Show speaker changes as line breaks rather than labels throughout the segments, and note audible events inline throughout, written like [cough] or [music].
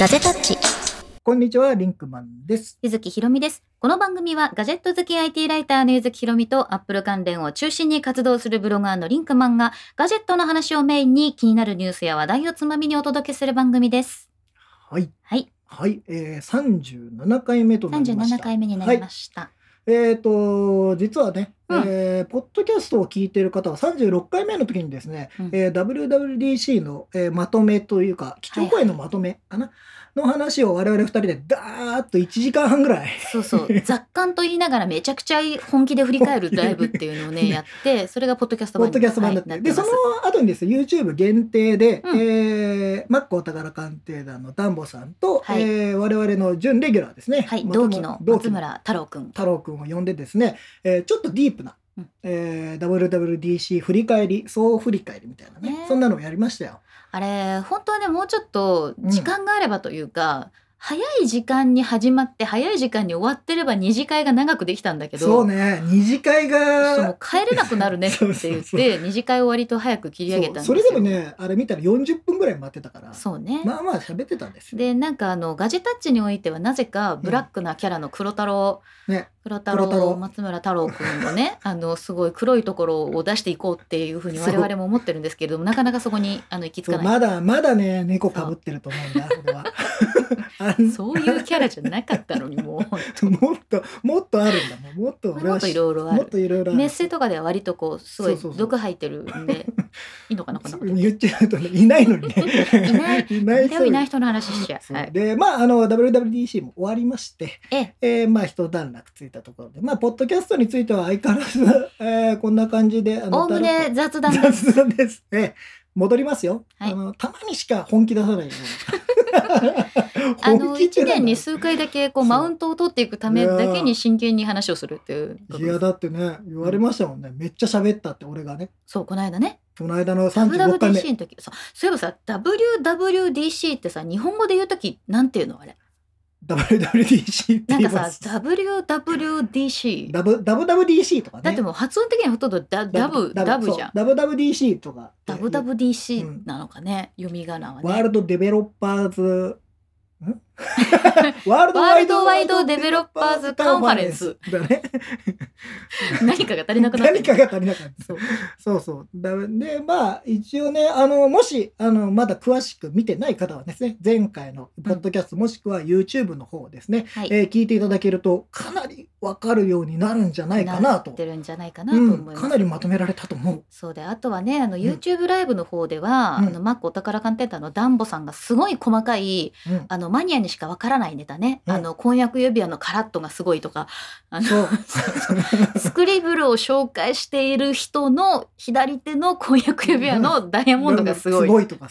ガジェタッチ。
こんにちは、リンクマンです。
ゆずきひろみです。この番組はガジェット好き IT ライターのゆずきひろみとアップル関連を中心に活動するブロガーのリンクマンがガジェットの話をメインに気になるニュースや話題をつまみにお届けする番組です。
はい。
はい。
はい、えー、37回目となりました。
37回目になりま
し
した。
た。はい、えっ、と、実はね、
うん
えーポッドキャストを聞いている方は36回目の時にですね、
うん
えー WWDC の、えーまとめというか、基調講演のまとめかな、の話を我々二人でダーッと1時間半ぐらい。
そう
[laughs]
そう。雑感と言いながらめちゃくちゃ本気で振り返るライブっていうのをね、
ね
やって、それがポッドキャスト
ポ
版
ッドキャスト版だって、
はいな
で
って
そ
ま
の
す
後にですね YouTube 限定で、
うん
えーマックお宝鑑定団のダンボさんと、
はい
えー我々の準レギュラーですね、
はい、
ま
同期の
同
松村太郎くん。
太郎くんを呼んでですね、えーちょっとディープな、
うん
えー WWDC 振り返り総振り返りみたいなね
ね
そんなのをやりましたよ。
あれ本当はねもうちょっと時間があればというか、早い時間に始まって早い時間に終わってれば二次会が長くできたんだけど
そうね二次会
そうも
が
う帰れなくなるねって言っ
[laughs] そうそうそ
て二次会を割と早く切り上げ
そ
たで
うん
す
そ
よ
れでもねあれ見たら40分ぐらい待ってたから
そうね、
まあまあ喋ってたんですよ。
でなんかあのガジェタッチにおいてはなぜかブラックなキャラの黒太郎、
ね、
黒太
黒太
郎
郎
松村太郎くんの
[laughs]
ねあのすごい黒いところを出していこうっていうふうに我々も思ってるんですけれどもなかなかそこにあの行き着
そ
か
う
ない
まだまだね猫かぶってると思うんだ俺は。 [laughs] あん
そういうキャラじゃなかったのにも
[laughs]
う
もっともっとあるんだもんもっと俺
も
は
っとい
し
ろいろあ
もっ
る。
といろいろある
メッセとかでは割とこうすごい
そうそうそう
毒吐いてるん
[laughs]
でいいのかなこんなこと
言っちゃうとねいないのにね
[laughs] いない
いない
でもいない人の話しちゃう、
そう
はい、
でまああの WWDC も終わりまして、
ええ
ーまあ一段落ついたところでまあポッドキャストについては相変わらず、えーこんな感じであ
おおむね
だ
雑
ら
談で
っ [laughs] と
す
雑談ですね戻りますよ、
はい
あのたまにしか本気出さないよ
[laughs] あの
って
1
なんだ
年に数回だけこう
そう
マウントを取っていくためだけに真剣に話をするっていう
いやだってね言われましたもんね、めっちゃ喋ったって俺がね
そうこの間ね
この間の35回目
WWDC の時そうそういえばさ WWDC ってさ日本語で言う時なんていうのあれ
WWDC って
なん
言い
か
ま
さ
す
WWDC
ダブ WWDC とかね
だってもう発音的にはほとんどダダブダブじゃん
ダブ WWDC とか
ダブダブ DC なのかね、読み仮名はね
ワールドデベロッパーズ
[laughs]
んワール
ワールドワイドデベロッパーズカンファレンス
だね。
何かが足りなくなって
何かが足りなかった。
そう
そうそう。だで、まあ、一応ね、あの、もし、あの、まだ詳しく見てない方はですね、前回のポッドキャスト、もしくは YouTube の方をですね、
はい
えー聞いていただけると、かなりわかるようになるんじゃないかなと。
ってるんじゃないかなと
う
思い
ん、
ます。
かなりまとめられたと思う。
そうであとはねあの
ん
YouTube ライブの方では、
うん
あのマックお宝鑑定団のダンボさんがすごい細かい
うん、
あのマニアにしかわからないネタね、
うん
あの婚約指輪のカラットがすごいとかあの [laughs]
そう。
スクリブルを紹介している人の左手の婚約指輪のダイヤモンドがすごい。
とか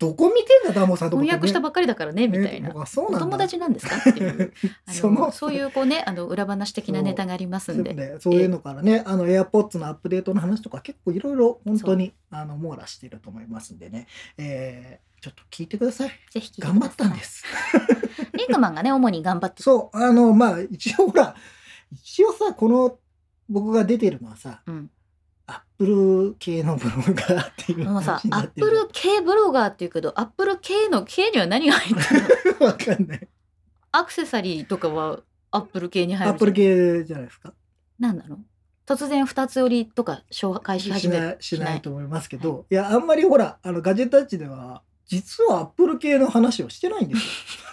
どこ見てんだダンボさんと思
婚
ってね
約したばっかりだからねみたいな、
ねあそう
お
なんだ
友達なんですかっていうあの
その
そういうこうねあの裏話的なネタがありますんで
ねそういうのからね、あの AirPods のアップデートの話とか結構いろいろ本当にあの網羅していると思いますんでね、えーちょっと聞いてください
ぜひ聞いてください
頑張ったんです
リンクマンがね主に頑張って
そうあのまあ一応ほら一応さこの僕が出てるのはさ
うん、
アップル系のブログがっていう
もうさ
話に
ア
なっ
ッ
て
プ
る
ル系ブロガーっていうけどアップル系の系には何が入ってる
[laughs]
の
わかんない
アクセサリーとかはアップル系に
ア
入る
ップル系じゃないですか
何なの突然2つ折りとか紹介し始
し
め
な
る
いしないと思いますけど、い、やあんまりほらあのガジェタッチでは実はアップル系の話をしてないんです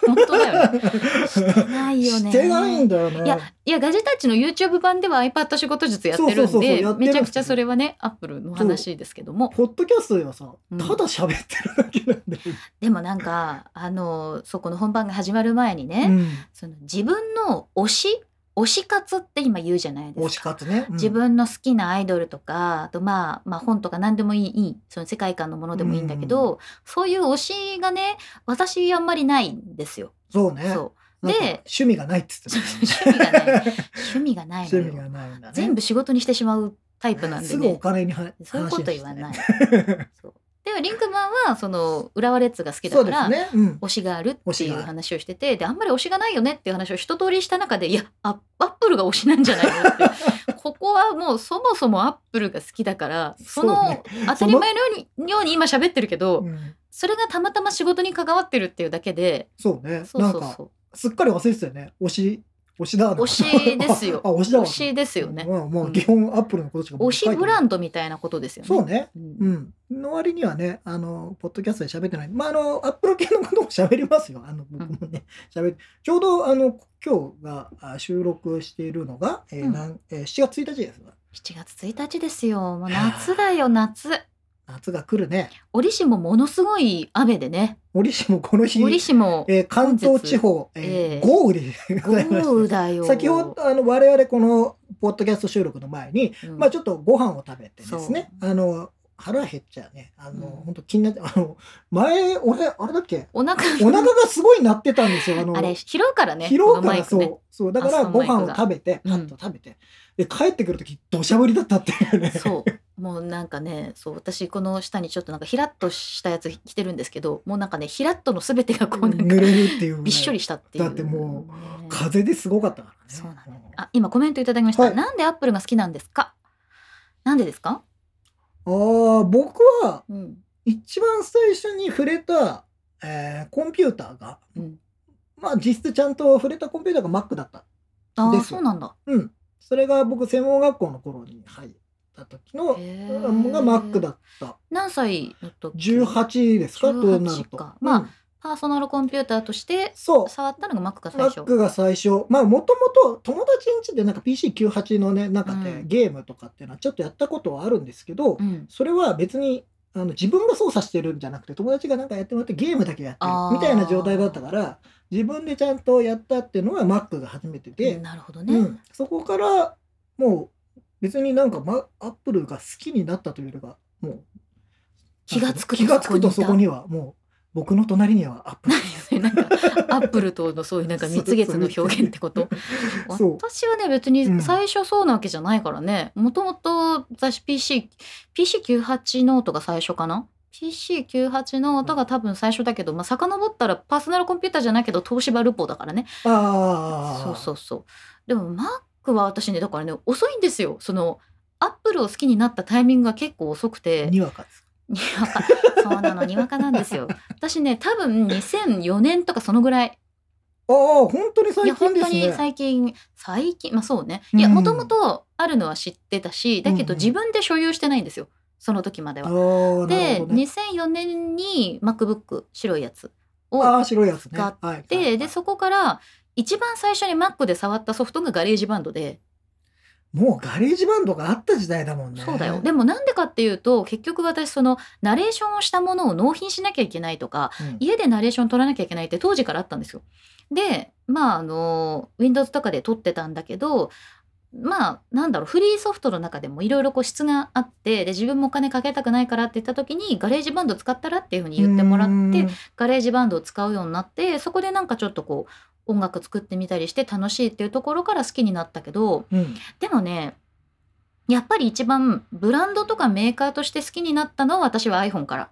本当だよね
よ。
してないよね
[laughs] してないんだよね。
いやいやガジェタッチの YouTube 版では iPad 仕事術やってる
そ
ん
うそうそうそう
で
やってます
めちゃくちゃそれはねアップルの話ですけども
ポッドキャストではさ
う
た
ん
だ喋ってるだけなんで、
でもなんかあのそこの本番が始まる前にね、
うん、
その自分の推し推し活って今言うじゃないですか
推し活ね、うん
自分の好きなアイドルとかあと、まあ、まあ本とか何でもいいいいその世界観のものでもいいんだけど、そういう推しがね私あんまりないんですよ。
そうね
そ
なんか
で
趣味がないっつっ
う
てたもんね
趣味が
[laughs]
ない [laughs] 趣味がないの
趣味が
よ。
ないんだね
全部仕事にしてしまうタイプなんです
ぐお
ね。
金には
そういうこと言わないい。そうでもリンクマンはその浦和レッズが好き
そ
だか
うです
ら、
ね、うん、
推しがあるって
推し
い
があ
う
る
話をして
[laughs]
てであんまり推しがないよねっていう話を一通りした中でいやあアップルが推しなんじゃないのってこここはもうそもそもアップルが好きだからそ
そう
の
ね
当たり前のようにように今喋ってるけど
うん
それがたまたま仕事に関わってるっていうだけで
そうね
そうそう
なんか
そ
すっかり忘れてたよね推し推しだな
推しですよ
[laughs] あ推し
う
だわ
推しですよね
まあも
うん
う基本アップルのことしか
推しブラ
ン
ンドみたいなことですよね
そうね
うん
うんの割にはねあのポッドキャストで喋ってないまああのアップル系のことも喋りますよあの僕もね喋ちょうどあの今日があ収録しているのが、えー
うん
なんえー7月1日です
7月1日ですよもう夏だよ夏
夏が来るね
折しもものすごい雨でね
折しもこの日
折しも
えー関東地方、
ええ
えー豪雨でご
豪
ざいま
雨
し
だよ
た先ほどあの我々このポッドキャスト収録の前に、
うん
まあちょっとご飯を食べてですね
そ
あの腹減っちゃうねあの、
うん
本当気になってあの前俺あれだっけ
お腹
お腹がすごい鳴ってたんですよあの
あれ拾うからね
疲労
この
か
マイ
ら
ク
そう,、
ね
そうだか
あ
ら
そのマ
ご
イクが
飯を食べて
うん
パッと食べて、で帰ってくる時土砂降りだったっていうね
そうもうなんかねそう私この下にちょっとなんかヒラッとしたやつ着てるんですけどもうなんかねヒラッとのすべてがこうなんか
濡れるっていうぐらい
びっしょりしたっていう、
だっても
ね
風ですごかったからね
そうなんだよねあ今コメントいただきました、
はい
なんでアップルが好きなんですかなんでですか、
あー僕は
うん
一番最初に触れた、えーコンピューターが、
うん、
まあ実質ちゃんと触れたコンピューターが Mac だった。
あ
で
あ
す
そうなんだ
うん。それが僕専門学校の頃に入った時の、
へ
が
ー
Mac だった。
何歳の時
18ですかとなる
18
と
か。
うん
まあパーソナルコンピューターとして
そう。
触ったのが Mac が最初
Mac が最初。まあもともと友達ん家でなんか PC98 のね、中で、
うん
ゲームとかっていうのはちょっとやったことはあるんですけど、
うん、
それは別にあの自分が操作してるんじゃなくて友達がなんかやってもらってゲームだけやってる
あー
みたいな状態だったから自分でちゃんとやったっていうのは Mac が初めてで、
なるほどね、
うんそこからもう別になんか、ま、Apple が好きになったというよりはもう
気がつくと
気がつくと
そ
そ
こ
こ
に
にはもう僕の隣には Apple
何それ [laughs] なんかアップルとのそういうなんか蜜月の表現ってこと
[laughs] そう
私はね別
う
に
ん
最初そうなわけじゃないからねもともと私 PC PC98 ノートが最初かな PC98 ノートが多分最初だけど、まあ遡ったらパーソナルコンピューターじゃないけど東芝ルポだからね
ああ
そうそうそうでも Mac は私ねだからね遅いんですよそのアップルを好きになったタイミングが結構遅くて
にわかです
にわかそうなのにわかなんですよ私ね多分2004年とかそのぐらい
ああ本当に
いや
最
本
近で
当
すね
に最近最近まあそうねいや
うん
もともとあるのは知ってたしだけど
うんうん
自分で所有してないんですよその時まで
あ
は。
ーなる
で
ほどね
2004年に MacBook 白いやつを
ああ白いやつね
使っ
はい
ででそこから一番最初に Mac で触ったソフトがガレージバンドで、
もうガレージバンドがあった時代だもんね。
そうだよでもなんでかっていうと結局私そのナレーションをしたものを納品しなきゃいけないとか
うん
家でナレーション取らなきゃいけないって当時からあったんですよ。でまああの Windows とかで撮ってたんだけどまあなんだろうフリーソフトの中でもいろいろこう質があってで自分もお金かけたくないからって言った時にガレージバンド使ったらっていうふうに言ってもらっ
う
て
ん
ガレージバンドを使うようになってそこでなんかちょっとこう音楽作ってみたりして楽しいっていうところから好きになったけど
うん
でもねやっぱり一番ブランドとかメーカーとして好きになったのは私は iPhone から。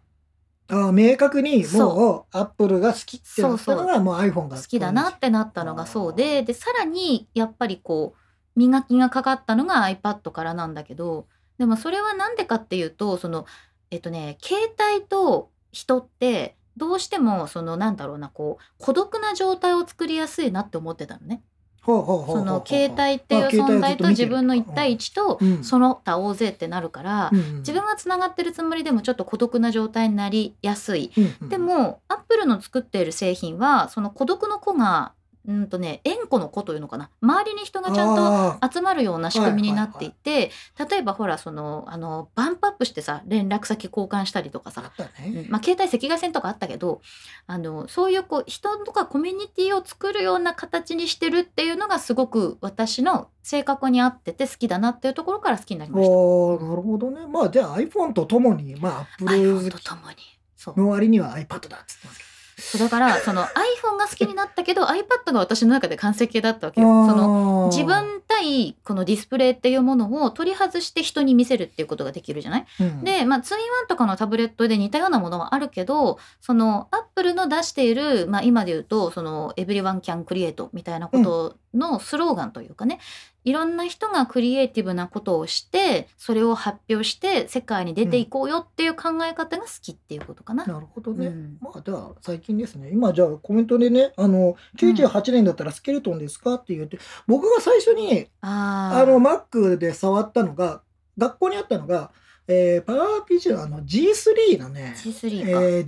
ああ明確にも
そう
アップルが好きってなったの
そう
がもう iPhone が
好きだなってなったのがそうででさらにやっぱりこう磨きがかかったのが iPad からなんだけどでもそれは何でかっていうとそのえっとね携帯と人ってどうしてもそのなんだろうなこう孤独な状態を作りやすいなって思ってたのね。
ほうほうほう
そ
ほ
う
ほう
の携帯っていう
あ携帯
存
をず
在
っと
と
見て
自
る
分の1対1と
うん
その他大勢ってなるから
うん
自分はつながってるつもりでもちょっと孤独な状態になりやすい
うんうん
でもアップルの作っている製品はその孤独の子がうんとね縁故の子というのかな周りに人がちゃんと
ああ
集まるような仕組みになっていて、例えばほらそのあのバンプアップしてさ連絡先交換したりとか
あ
さ、
った
うん
ね
まあ、携帯赤外線とかあったけどあのそういうこう人とかコミュニティを作るような形にしてるっていうのがすごく私の性格に合ってて好きだなっていうところから好きになりました。
おーなるほどねまあじゃあ iPhone とともにまあアップ
iPhone
ル
とともにそう
の割には iPad だっつってますけ
そうだ
[laughs]
からその iPhone が好きになったけど iPad が私の中で完成形だったわけ
ど
よ。その
あー
自分対このディスプレイっていうものを取り外して人に見せるっていうことができるじゃない、
うん
で、まあ、ツインワンとかのタブレットで似たようなものはあるけどそのアップルの出している、まあ、今で言うとその「エブリワンキャンクリエイトみたいなことのスローガンというかね、いろんな人がクリエイティブなことをしてそれを発表して世界に出ていこうよっていう考え方が好きっていうことかな。
なるほどね。
うん
まあでは最近ですね今じゃあコメントでねあの98年だったらスケルトンですかって言って僕が最初に
あ
あ
ー
の Mac で触ったのが学校にあったのが、えー、パワー RPG のあの G3 のね、え
G3 か、
ー、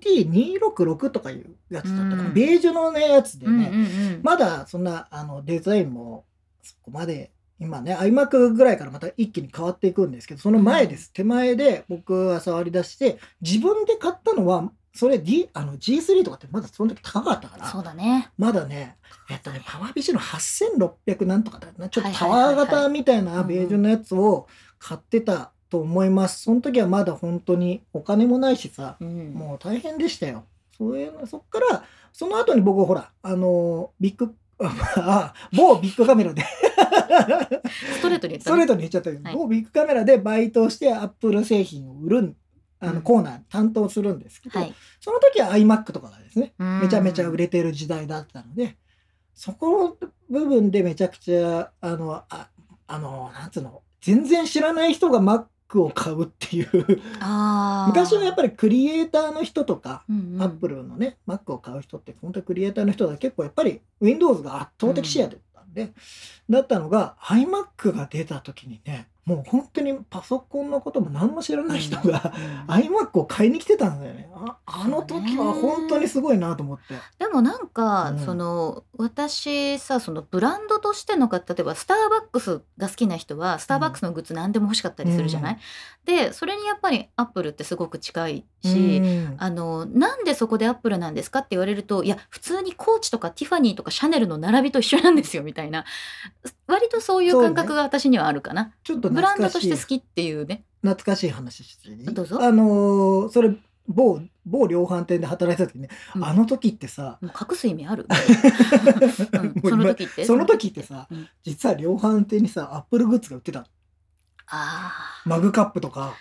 G3DT266 とかいうやつだったかな、
うん
ベージュの、ね、やつで
うんうん
ね、
うん
まだそんなあのデザインもそこまで今ね iMac ぐらいからまた一気に変わっていくんですけどその前です、手前で僕は触り出して自分で買ったのはそれ、D、あの G3 とかってまだその時高かったから
そうだね。
まだね、えっとね、パワービジョンの8600なんとかだな、ちょっと
はい
タ
はいはいは
ワ
い
ー型みたい
うんう
なんベージュのやつを買ってたと思います。その時はまだ本当にお金もないしさ、
うん、
もう大変でしたよ。それそっから、その後に僕、ほら、あの、ビッグ、 [laughs] あ某ビッグカメラで、
ストレートに言っ
ス
た
トレ
ね。
ートに言っちゃったけど、
はい
某ビッグカメラでバイトしてアップル製品を売るんあ
うん
のコーナー担当するんですけど、
はい
その時は iMac とかがですね、
うん
めちゃめちゃ売れてる時代だったのでそこの部分でめちゃくちゃあのああのなんつうの全然知らない人が Mac を買うっていう
あー
昔はやっぱりクリエイターの人とか、
うんうん
アップルのね Mac を買う人って本当にクリエイターの人だ結構やっぱり Windows が圧倒的シェアだったんで、だったのが iMac が出た時にねもう本当にパソコンのことも何も知らない人が、
うん
iMac を買いに来てたんだよねああの時は本当にすごいなと思って。
でもなんか、
うん
その私さそのブランドとしてのか例えばスターバックスが好きな人はスターバックスのグッズ何でも欲しかったりするじゃない、でそれにやっぱりアップルってすごく近いし、
うん
あのなんでそこでアップルなんですかって言われるといや普通にコーチとかティファニーとかシャネルの並びと一緒なんですよみたいな割とそういう感覚が私にはあるかな
ちょっと
ブ
懐
ランド
か
と
し
し
い
て好きっていうね
懐かしい話していい
どうぞ
あのーそれ某某量販店で働いてた時ね、
うん
あの時ってさ、
もう隠す意味
[laughs]
ある、 [laughs] うん
もう
その時って
その時ってさ、
うん
実は量販店にさアップルグッズが売ってたの
ああ
マグカップとか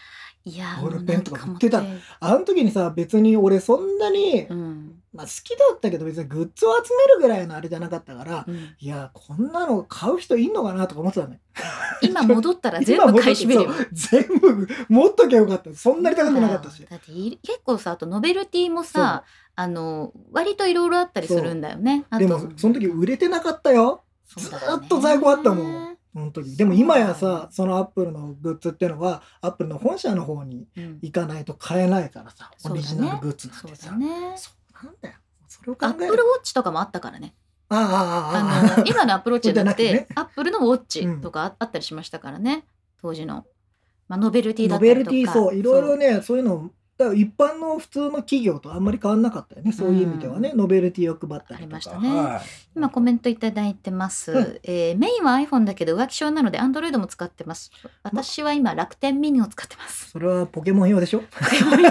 いや
ボールペンとか売って
も
た
うなんかもう
あの時にさ別に俺そんなに、
うん
まあ、好きだったけど別にグッズを集めるぐらいのあれじゃなかったから、
うん
いやこんなの買う人いんのかなとか思ってたのよ [laughs]
今戻ったら全
今
部
戻っ
買い占めるよ
そう全部持っときゃよかったそんなに高くなかったし
だってい結構さあとノベルティもさあの割といろいろあったりするんだよねあと
でもその時売れてなかったよ
そうだよね
ずーっと在庫あったもんその時でも今や
そうだ
さ
ね
そのアップルのグッズっていうのはアップルの本社の方に
うん
行かないと買えないからさ
そう
オ
だね
リジナルグッズなん
そう
て
だ
さ
ね
そうなんだよそれを考
アップ
え
ルウ
る
ォッチとかもあったからね
あ
あ
[laughs] ああああ
の今のアップローチじゃなく
そうじゃな
て
くて
アップルのウォッチとかああったりしましたからね当時のまあノベルティだ
ノ
ったり
ベ
と
ル
か
ティそういろいろねそういうのだから一般の普通の企業とあんまり変わんなかったよねそういう意味ではね
う
ノベルティを配ったりとか
ありましたね
はい
今コメントいただいてます、
うん
えーメインは iPhone だけど浮気症なので Android も使ってます私は今楽天ミニを使ってます
それはポケモン用でしょ
ケモン用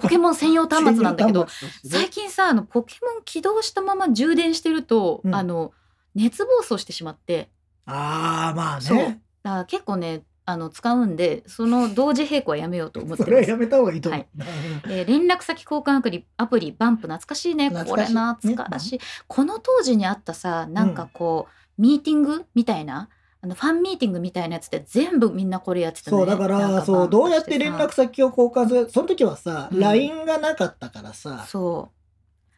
ポケモン専用端末なんだけど
専用端末としてね
最近さあのポケモン起動したまま充電してると、
うん
あの熱暴走してしまって
ああまあ
そう
ね
あ結構ねあの使うんでその同時並行はやめようと思って
それは
ます
や。めた方がいいと思う、
えー連絡先交換アプリアプリバンプ懐かしいねこ
懐か
れ
しい
な
ね
懐かしい、この当時にあったさなんかこう、ミーティングみたいなあのファンミーティングみたいなやつで全部みんなこれやってたね
[laughs] そうだか
なん
ら
バンプ
そうどうやって連
し
絡
て
先を交換するその時はさ、
うん
LINE がなかったからさ
さそう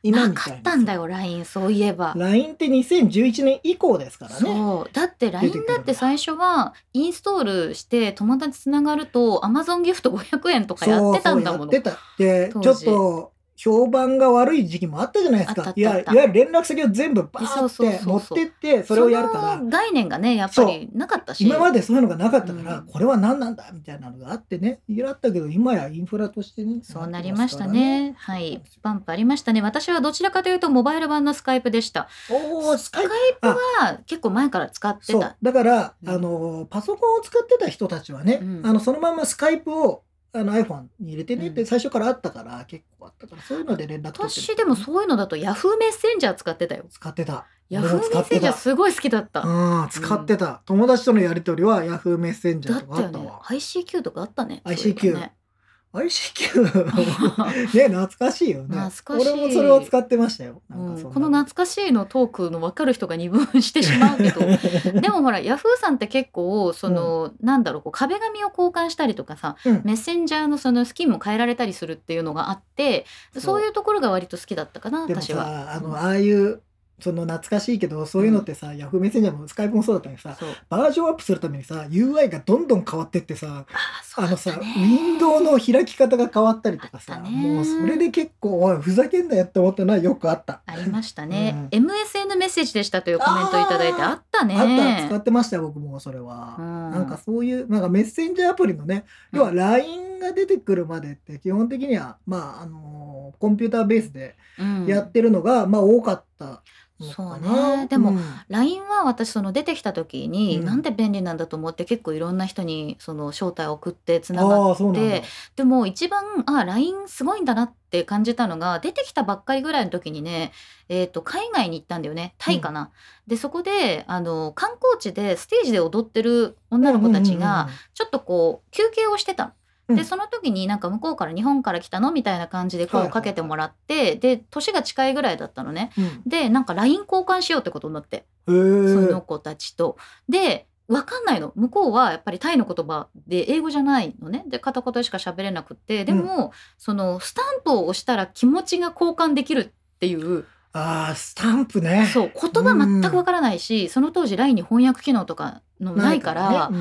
今
な
みたい
か
な
ったんだよ LINE そういえば、
LINE って2011年以降ですからね
そうだって
てくる
LINE だって最初はインストールして友達つながると Amazon ギフト500円とかやってたんだもの
そうそうやってたで
当
ちょ
時
っと評判が悪い時期もあったじゃないです
あったあ
か
った
いやいわゆる連絡先を全部バ
そ
ー
うそう
って
そ
持
う
っ
そう
てってそれをやるから
の概念がねやっぱりなかったし
今までそういうのがなかったから、
うん
これは何なんだみたいなのがあってねいろいろあったけど今やインフラとしてね
そうなりました
な
ね
って。ますか
は
ら
い。バンプありましたね。私はどちらかというとモバイル版のスカイプでした。
おおスカイプ
は結構前から使って
そう
た。
だから、
うん
あのパソコンを使ってた人たちはね、
うん
あのそのままスカイプをあの iPhone に入れてねっ
うん
て最初からあったから、結構あったからそういうので連絡取って
私でもそういうのだとヤフーメッセンジャー使ってたよ。
使ってた
ヤ
俺
フー
も
メ
使
ッ
っ
セン
て
ジャー
た
すごい好きだった。
うん使ってた、友達とのやり取りは Yahoo メッセンジャ
だ
ー
った
とかあ
よ
った
ね
わ。
ICQ とかあったね。
ICQ
そういえばね
[laughs] ICQ ね懐かしいよね
懐かしい
俺もそれを使ってましたよなんか
う
そ
ん
ん
この
な
懐かしいのトークの分かる人が二分してしまうけ
[laughs]
どでもほらヤフーさんって結構その、なんだろうこう壁紙を交換したりとかさ
うん
メッセンジャーのそのスキンも変えられたりするっていうのがあってそう
そう
いうところが割と好きだったかな
でも
私は。
さあのああいうその懐かしいけどそういうのってさ、ヤフーメッセンジャーもスカイプもそうだったけどさ
そう
バージョンアップするためにさ UI がどんどん変わってってさ
あそう
あ
だ
の
っ
さ
た、
ウ
ね
ィンドウの開き方が変わったりとか
あ
さ、
ったね
もうそれで結構、おい、ふざけんなよって思ったのはよくあった。
ありましたね、MSN メッセージでしたというコメントいただいて
あー
あったね。
あった、使ってましたよ、僕もそれは。
うん
なんかそういう、なんかメッセンジャーアプリのね、
うん
要は LINE が出てくるまでって、基本的には、まあ、あのーコンピューターベースで
うん
やってるのが、まあ、多かったのかな。
そうねでも
うん
LINE は私その出てきた時に、
うん
なんで便利なんだと思って結構いろんな人にその招待を送ってつながっ
ああ、そうなんだ。
でも一番あ LINE すごいんだなって感じたのが出てきたばっかりぐらいの時にね、えー、と海外に行ったんだよねタイかな。でそこであの観光地でステージで踊ってる女の子たちがちょっとこう休憩をしてたの。
うん
でその時になんか向こうから日本から来たのみたいな感じで声をかけてもらって、で年が近いぐらいだったのね。
うん、うん
でなんか LINE 交換しようってことになってそ
うんへえ
の子たちと。で分かんないの向こうはやっぱりタイの言葉で英語じゃないのねで片言しか喋れなくてでも、そのスタンプを押したら気持ちが交換できるっていう
ああ、スタンプね。
そう言葉全く分からないし、その当時 LINE に翻訳機能とかのないから
ね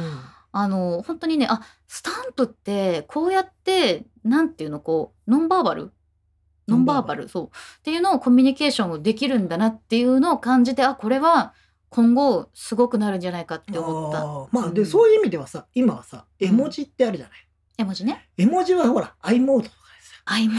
あの本当にねあスタンプってこうやってなんていうのこうノンバーバルノンバーバルそうっていうのをコミュニケーションをできるんだなっていうのを感じてあこれは今後すごくなるんじゃないかって思った
あーまあ、で、
うん
そういう意味ではさ、今はさ、
うん
絵文字ってあるじゃない。
絵文字ね
絵文字はほら、i モードとか
アイモー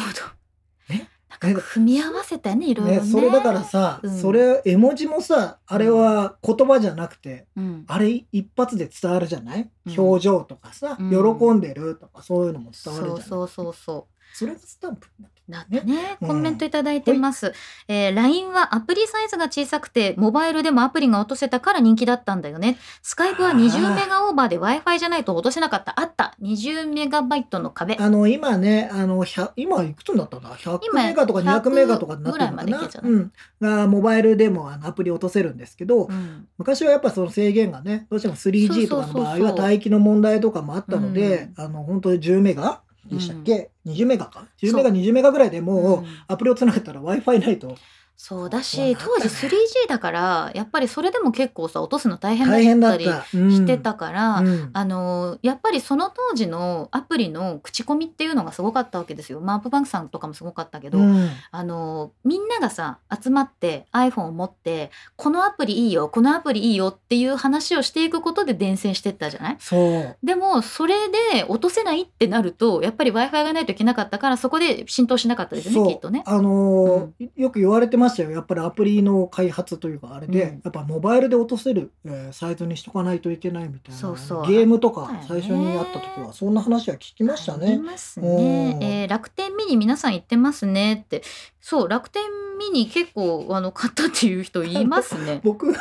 ド
ね
なんか組み合わせたよねいろい
で
ろね
さ、ね、それだからさ、
うん
それ、絵文字もさ、あれは言葉じゃなくて、
うん、
あれ一発で伝わるじゃない、
うん
表情とかさ、
うん
喜んでるとか、そういうのも伝わるじゃ
そ
な
うそ
い
うそうそう
それがスタンプになって
だったね。
うん
コメントいただいてます。えー LINE はアプリサイズが小さくて、モバイルでもアプリが落とせたから人気だったんだよね。スカイプは
あー
20メガオーバーで Wi-Fi じゃないと落とせなかった。あった。20メガバイトの壁。
あの今ねあの100今いくつになったんだ100
今
メガとか200メガとかになってるのか
ぐらいまでい
な
けちゃう
うん、がモバイルでもあのアプリ落とせるんですけど、
うん
昔はやっぱその制限がねどうしても
そう
3G
そ
と
う
か
そう
の
そう
場合は帯域の問題とかもあったので、あの本当に10メガでしたっけ、20メガか10メガ20メガぐらいでもう、
うん
アプリをつなげたら w i f i ないと
そうだ
そうな
し、
んだ
当時 3G だから、やっぱりそれでも結構さ、落とすの大
大変
変だっ
だった
り
た。
してたから、
うん
あのやっぱりその当時のアプリの口コミっていうのがすごかったわけですよ。まあ、アップバンクさんとかもすごかったけど、
うん
あのみんながさ集まって iPhone を持ってこのアプリいいよこのアプリいいよっていう話をしていくことで伝染してったじゃない
そう
でもそれで落とせないってなるとやっぱり w i f i がないといけなかったからそこで浸透しなかったですよ
そう
ねきっとね。
あのーよく言われてましたよやっぱりアプリの開発というかあれで、
うん
やっぱモバイルで落とせる、えーサイトにしとかないといけないみたいな
そうそう
ゲームとか
あったよね
最初にあった時はそんな話は聞きました
あり
ね。
ます
うん。
ね。えー楽天ミニ皆さん行ってますねってそう楽天ミニ結構あの買ったっていう人いますね
[laughs] 僕買っ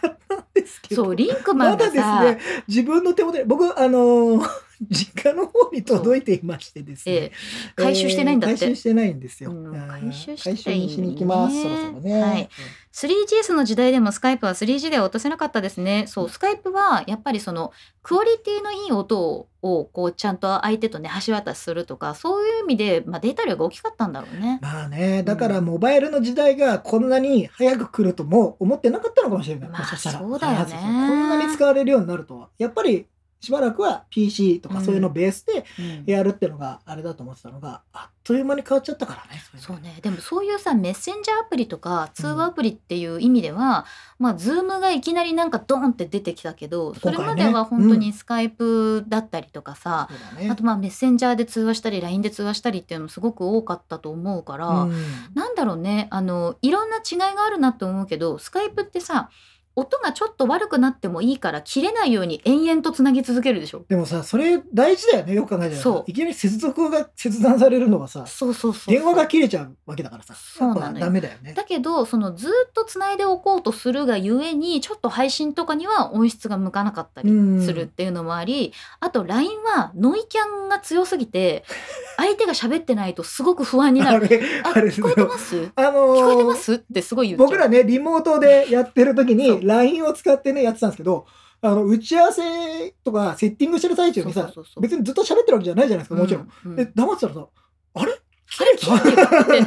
たんですけど
そうリンクマ
ま
ンが
だ
さ、
ですね自分の手元で僕あのー [laughs] 実家の方に届いていましてですね、
えー回収してないんだって
えー回収してないんですよ、
うん
あー
回収していいね
回収にしに行きますそろそろね、
はい
うん
3GS の時代でもスカイプは 3G では落とせなかったですね。そう、スカイプはやっぱりそのクオリティのいい音をこうちゃんと相手とね橋渡しするとかそういう意味で、まあ、データ量が大きかったんだろうね。
まあねだからモバイルの時代がこんなに早く来るとも思ってなかったのかもしれない、
まあ
もしかしたら
そうだよね
開発者こんなに使われるようになるとはやっぱりしばらくは PC とかそういうのベースで
うん
やるってのがあれだと思ってたのがあっという間に変わっちゃったからね
そう
ね
ね、でもそういうさメッセンジャーアプリとか通話アプリっていう意味では、まあ Zoom がいきなりなんかドーンって出てきたけどそれまでは
今回ね
本当にスカイプだったりとかさ、
そうだね
あとまあメッセンジャーで通話したり LINE で通話したりっていうのすごく多かったと思うから、
うん
なんだろうねあのいろんな違いがあるなと思うけどスカイプってさ音がちょっと悪くなってもいいから切れないように延々とつなぎ続けるでしょ
でもさそれ大事だよねよく考えたら
そう
いきなり接続が切断されるのがさ
そうそうそう
電話が切れちゃうわけだからさ
そうなのよ
やっぱダメだよね
だけどそのずっとつないでおこうとするがゆえにちょっと配信とかには音質が向かなかったり
うん
するっていうのもあり、あと LINE はノイキャンが強すぎて相手が喋ってないとすごく不安にな
あ
る。
れ
あ
あれ
聞こえてます聞
あのー
こえてますってすごい言っちゃう。
僕らねリモートでやってる時
そう
に LINE を使ってねやってたんですけどあの打ち合わせとかセッティングしてる最中にさ
そうそうそう
別にずっと喋ってるわけじゃないじゃないですかもちろん。
うん。うん
で黙ってたらさあれ
あれ聞いて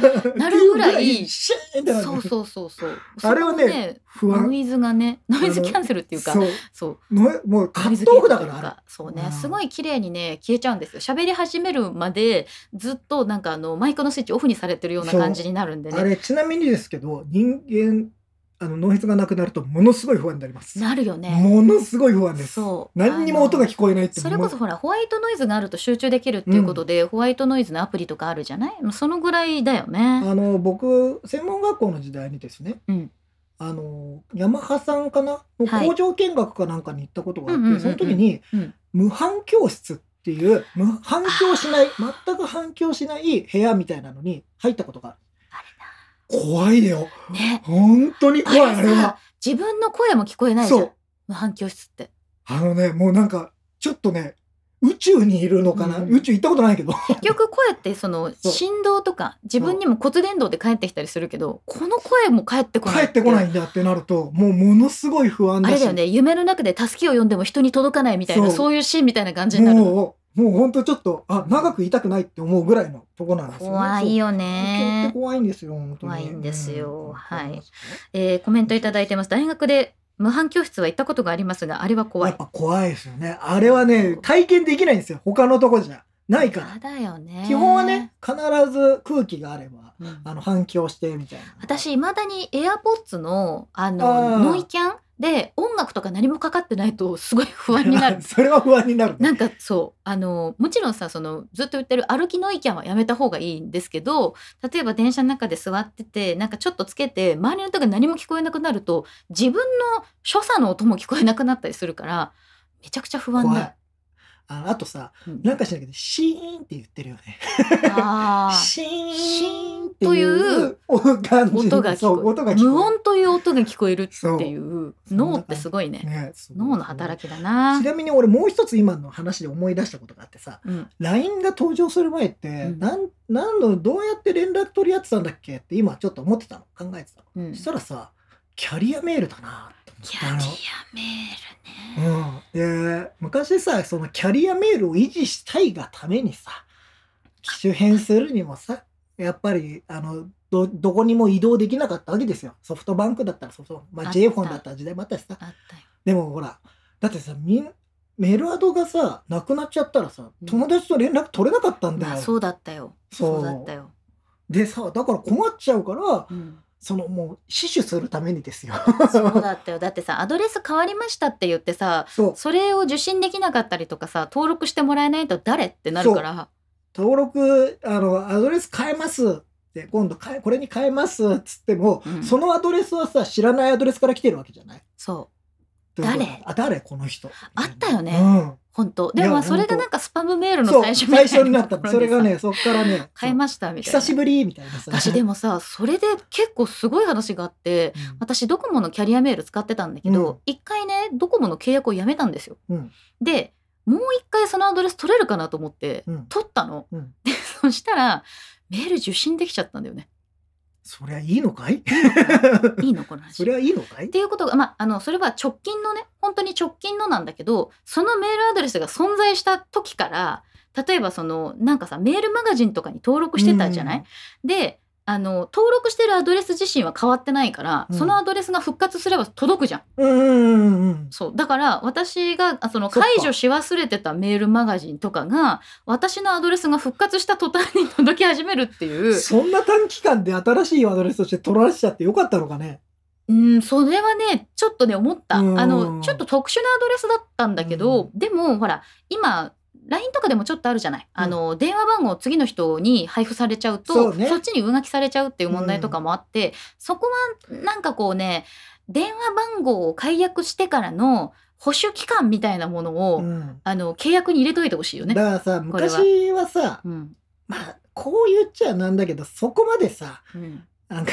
たってなるぐらい
ってうシーンってな
そう
る
そうそうそう。
あれはね
そこ
不
の
安
ノイズがね、ノイズキャンセルっていうか、
そう
そう、
のもうカ
ノイズ
ッ
キ
ト
ャ
オ
ンセ
フ
ル
だ
と
か
いう
ら
か、そう
う
ね、
ん
すごい綺麗にね、消えちゃうんですよ。喋り始めるまで、ずっとなんかあのマイクのスイッチオフにされてるような感じになるんで
あ
ね。
れちなみにですけど人間あのノイズがなくなるとものすごい不安になります
なるよね。
ものすごい不安です
そう。
何にも音が聞こえないって
それこそ
も
ほらホワイトノイズがあると集中できるっていうことで、ホワイトノイズのアプリとかあるじゃないそのぐらいだよ
う
ね。
あの僕専門学校の時代にですね
うん、
あのヤマハさんかなの
はい
工場見学かなんかに行ったことがあっ
うんうんうんうん
てその時に
うん
無反響室っていう無反響しない全く反響しない部屋みたいなのに入ったことがある怖いよ
ね
本当に怖いあ
あ
れ
れ
は
さ自分の声も聞こえないじゃ
そ
ん
う
反響室って。
あのねもうなんかちょっとね宇宙にいるのかな、
うん
宇宙行ったことないけど
結局声ってその
そう
振動とか自分にも骨伝導で返ってきたりするけどこの声も返ってこない
帰ってこないいんだってなるともうものすごい不安
あ
だし
れだよね夢の中で助けを呼んでも人に届かないみたいな
そう
そういうシーンみたいな感じになるの
もうもう本当ちょっとあ長くいたくないって思うぐらいのとこなんですよ、ね、
怖いよ
東京っ
ね
て、怖いんですよ、本当に
怖いんですよ
うん
はいえーコメントいただいてます大学で無反響室は行ったことがありますがあれは怖
や
い
っぱ怖いですよね。あれはね
そう、
体験できないんですよ。他のとこじゃないから。
やだよね
基本はね、必ず空気があれば、
うん
あの反響してみたいな。
私いまだに AirPods のあ
あ
の
ー
ノイキャンで音楽とか何もかかってないとすごい不安になる
[laughs] それは不安になるね。
なんかそうあのもちろんさそのずっと言ってる歩きの意見はやめた方がいいんですけど例えば電車の中で座っててなんかちょっとつけて周りの人が何も聞こえなくなると自分の所作の音も聞こえなくなったりするからめちゃくちゃ不安
怖
だ
い。。あのあとさ、
うん
なんかしないけど、シーンって言ってるよね。
あ
[laughs]
ー
シーンって
とい
いうう感じ
音が聞
そう
こ
音が
え
聞こえ
無音という音が聞こえるっていう
そう
脳ってすごいね
ねそう
脳の働きだな
ち。なみに俺もう一つ今の話で思い出したことがあってさ、
うん
LINE が登場する前って、
うん
なんなんのどうやって連絡取り合ってたんだっけって今ちょっと思ってたの考えてたの、
うん
そしたらさキャリアメールだなって
キャ
思
リア
った
メールね。
のうん、で昔さそのキャリアメールを維持したいがためにさ機種変するにもさやっぱりあのどどこにも移動できなかったわけですよソフトバンクだったらソフトバンク、ま
あ
あ、
った
J フォンだったら時代もあったしさ
あったよ。
でもほらだってさみんメルアドがさなくなっちゃったらさ
うん
友達と連絡取れなかったんだよ、
まあそうだったよ。
そ
そ
う
うだったよ。
でさだから困っちゃうから
うん
そのもう死守するためにですよ。 [laughs]
そうだったよ。だってさ、アドレス変わりましたって言ってさ、
そう
それを受信できなかったりとかさ、登録してもらえないと誰ってなるから、
登録あのアドレス変えますで今度変えこれに変えますっつっても、
うん
そのアドレスはさ知らないアドレスから来てるわけじゃない
そう、
ということは
誰
あ誰この人
あったよね
うん
本当。でもまあ
いや
それが
本当
なんかスパムメールの
そう
最初みたい
最初に
[laughs]
なっ
と
たの
ころ
それ
でさ
がねそっからね
変えましたみたいな。
久しぶりみたいなさ
私でもさ、それで結構すごい話があって、
うん
私ドコモのキャリアメール使ってたんだけ
うん
ど、一、回ね、ドコモの契約をやめたんですよ。
うん
で、もう一回そのアドレス取れるかなと思って、
うん
取ったの。
うん
で、そしたら、メール受信できちゃったんだよね。
そりゃいいのかい
いいのこの話
そ。りゃいいのかい
っていうことが、まあ、あのそれは直近のね本当に直近のなんだけどそのメールアドレスが存在した時から例えばそのなんかさメールマガジンとかに登録してたじゃない、であの登録してるアドレス自身は変わってないから、
うん
そのアドレスが復活すれば届くじゃん
うんうんうんうん
そうだから私があその
そっか
解除し忘れてたメールマガジンとかが私のアドレスが復活した途端に届き始めるっていう
そんな短期間で新しいアドレスとして取られちゃってよかったのかね。
うん、それはねちょっとね思ったあ
うん
のちょっと特殊なアドレスだったんだけど、でもほら今 LINE とかでもちょっとあるじゃない、あの電話番号を次の人に配布されちゃうと
そ
そ,、
うね
っちに上書きされちゃうっていう問題とかもあって、そこはなんかこうね電話番号を解約してからの保守期間みたいなものを、
うん
あの契約に入れといてほしいよね。
だからさ
これは
昔はさ
うん
まあこう言っちゃなんだけどそこまでさ [laughs]
うん
なんか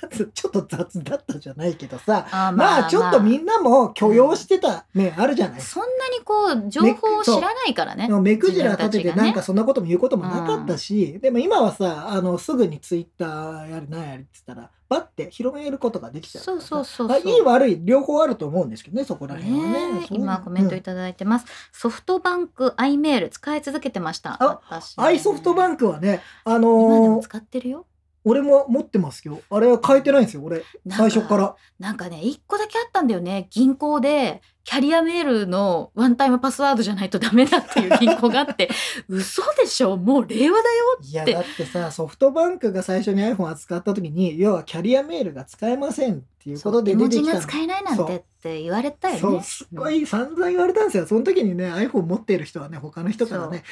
なんつうちょっと雑だったじゃないけどさ
あー
まあちょっとみ
なん
なも許容してた面あるじゃない
そんなにこう情報を知らないからね。
目くじら立て
自分たち
て
がね
なんかそんなことも言うこともなかったし、でも今はさあのすぐにツイッターやるなんやりって言ったらバッて広めることができちゃうか
そ
ら
う
さ
そうそう
ま
そ
あ、
う。
いい悪い両方あると思うんですけどねそこら辺はね
ね
そう
今コメントいただいてます、ソフトバンク i メール使い続けてました
あ
私
アイソフトバ
ンク
ンクはねあ
今でも
のー
使ってるよ
俺も持ってますよあれは変えてないんですよ俺
なん
最初から
なんかね一個だけあったんだよね銀行でキャリアメールのワンタイムパスワードじゃないとダメだって
[laughs]
いう銀行があって嘘でしょもう令和だよ
いやだってさソフトバンクが最初に iPhone 扱った時に要はキャリアメールが使えませんっていうことで
絵
出
文
て
字
きた
が
の
使えないなんてって言われたよね
そうすごい散々言われたんですよその時にね iPhone 持っている人はね他の人からね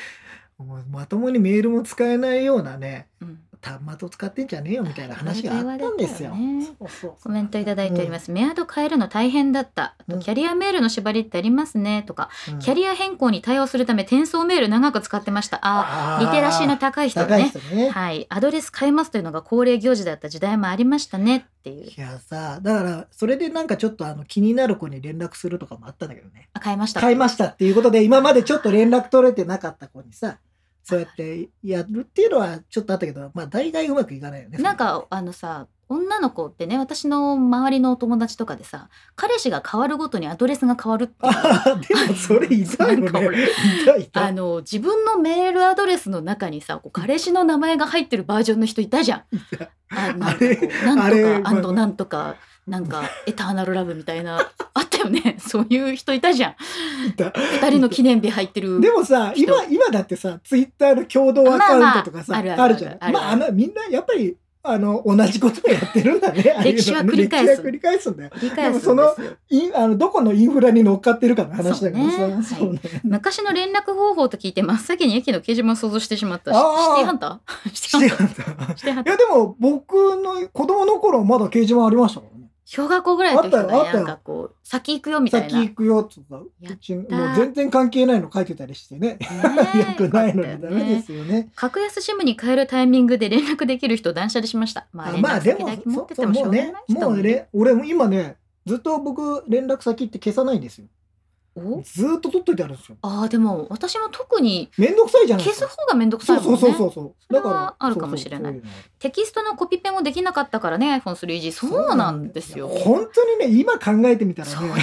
もうまともにメールも使えないようなね
うん
端末を使ってんじゃねえよみたいな話があったんですよ
あれが言われたよね
そうそう
コメントいただいております、メアド変えるの大変だったあと
うん
キャリアメールの縛りってありますねとか
うん
キャリア変更に対応するため転送メール長く使ってました。あ
あ
あ、
ー
リテラシーの高い人
高い
ね。
人ね、
はい、アドレス変えますというのが恒例行事だった時代もありましたねっていう
い、。やさだからそれでなんかちょっとあの気になる子に連絡するとかもあったんだけどね
あ、変えました。
買いましたっていうことで今までちょっと連絡取れてなかった子にさそうやってやるっていうのはちょっとあったけどまあ大概うまくいかないよね
なんか、あのさ、女の子ってね、私の周りのお友達とかでさ、彼氏が変わるごとにアドレスが変わるっていう。
あーでもそれ痛いよ
なんか
ね
俺
痛い痛
あ
い
の自分のメールアドレスの中にさこう彼氏の名前が入ってるバージョンの人いたじゃん。あなんかこう
あれ
なんとか
あれ
なんとかなんかエターナルラブみたいなあったよね [laughs] そういう人いたじゃん。
痛い
二人の記念で入ってる。
でもさ
人
今今だってさツイッターの共同アカウントとかさ、
まあまあ
あ
あ
る
る
じゃん
あるある
まああのみんなやっぱりあの同じことをやってるんだねああい
[laughs]
うの
歴史は繰り返す
歴史は繰り返すんだよ
理解す
で
るん
も
ですよ
インあのどこのインフラに乗っかってるかの話だけど
そうね
さそうね
昔の連絡方法と聞いて真っ先に駅の掲示板を想像してしまったしシ
あー
ティハンター [laughs] シ
して
ティハン
やん
[laughs]
だ
ターシティハン
い
ター
やでも僕の子供の頃まだ掲示板ありましたからね。
小学校ぐらいの時とか
あっ
に
たよあった
な
よ
んかこう先行くよみたい
先
な。
行くよとか、
やった
うちもう全然関係ないの書いてたりして
ね
ね。
え
[laughs] よくないの
あっ
に
た
ダ
よ
メ
ね
ですよね。
格安シムに変えるタイミングで連絡できる人を断捨離しました。まあ、
あ
連
まあ
絡
で
先
も
だけ持って
そ
てもし
そ
ょう
う
がない
ね、もう
ね。
ね、俺も今ね、ずっと僕連絡先って消さないんですよ。
お
ずーっと取っといてあるんですよ。
ああ、でも私も特に
めんどくさいじゃないで
消
す
す
か。
方がめんどくさい
そ
も
うんそ
ね。
うそうそうそう。
それ
だ
は
から
あるかもしれない
そうそうそう
テキストのコピペもできなかったからね、iPhone3G。そうなんですよ。
本当にね、今考えてみたら
そう
ね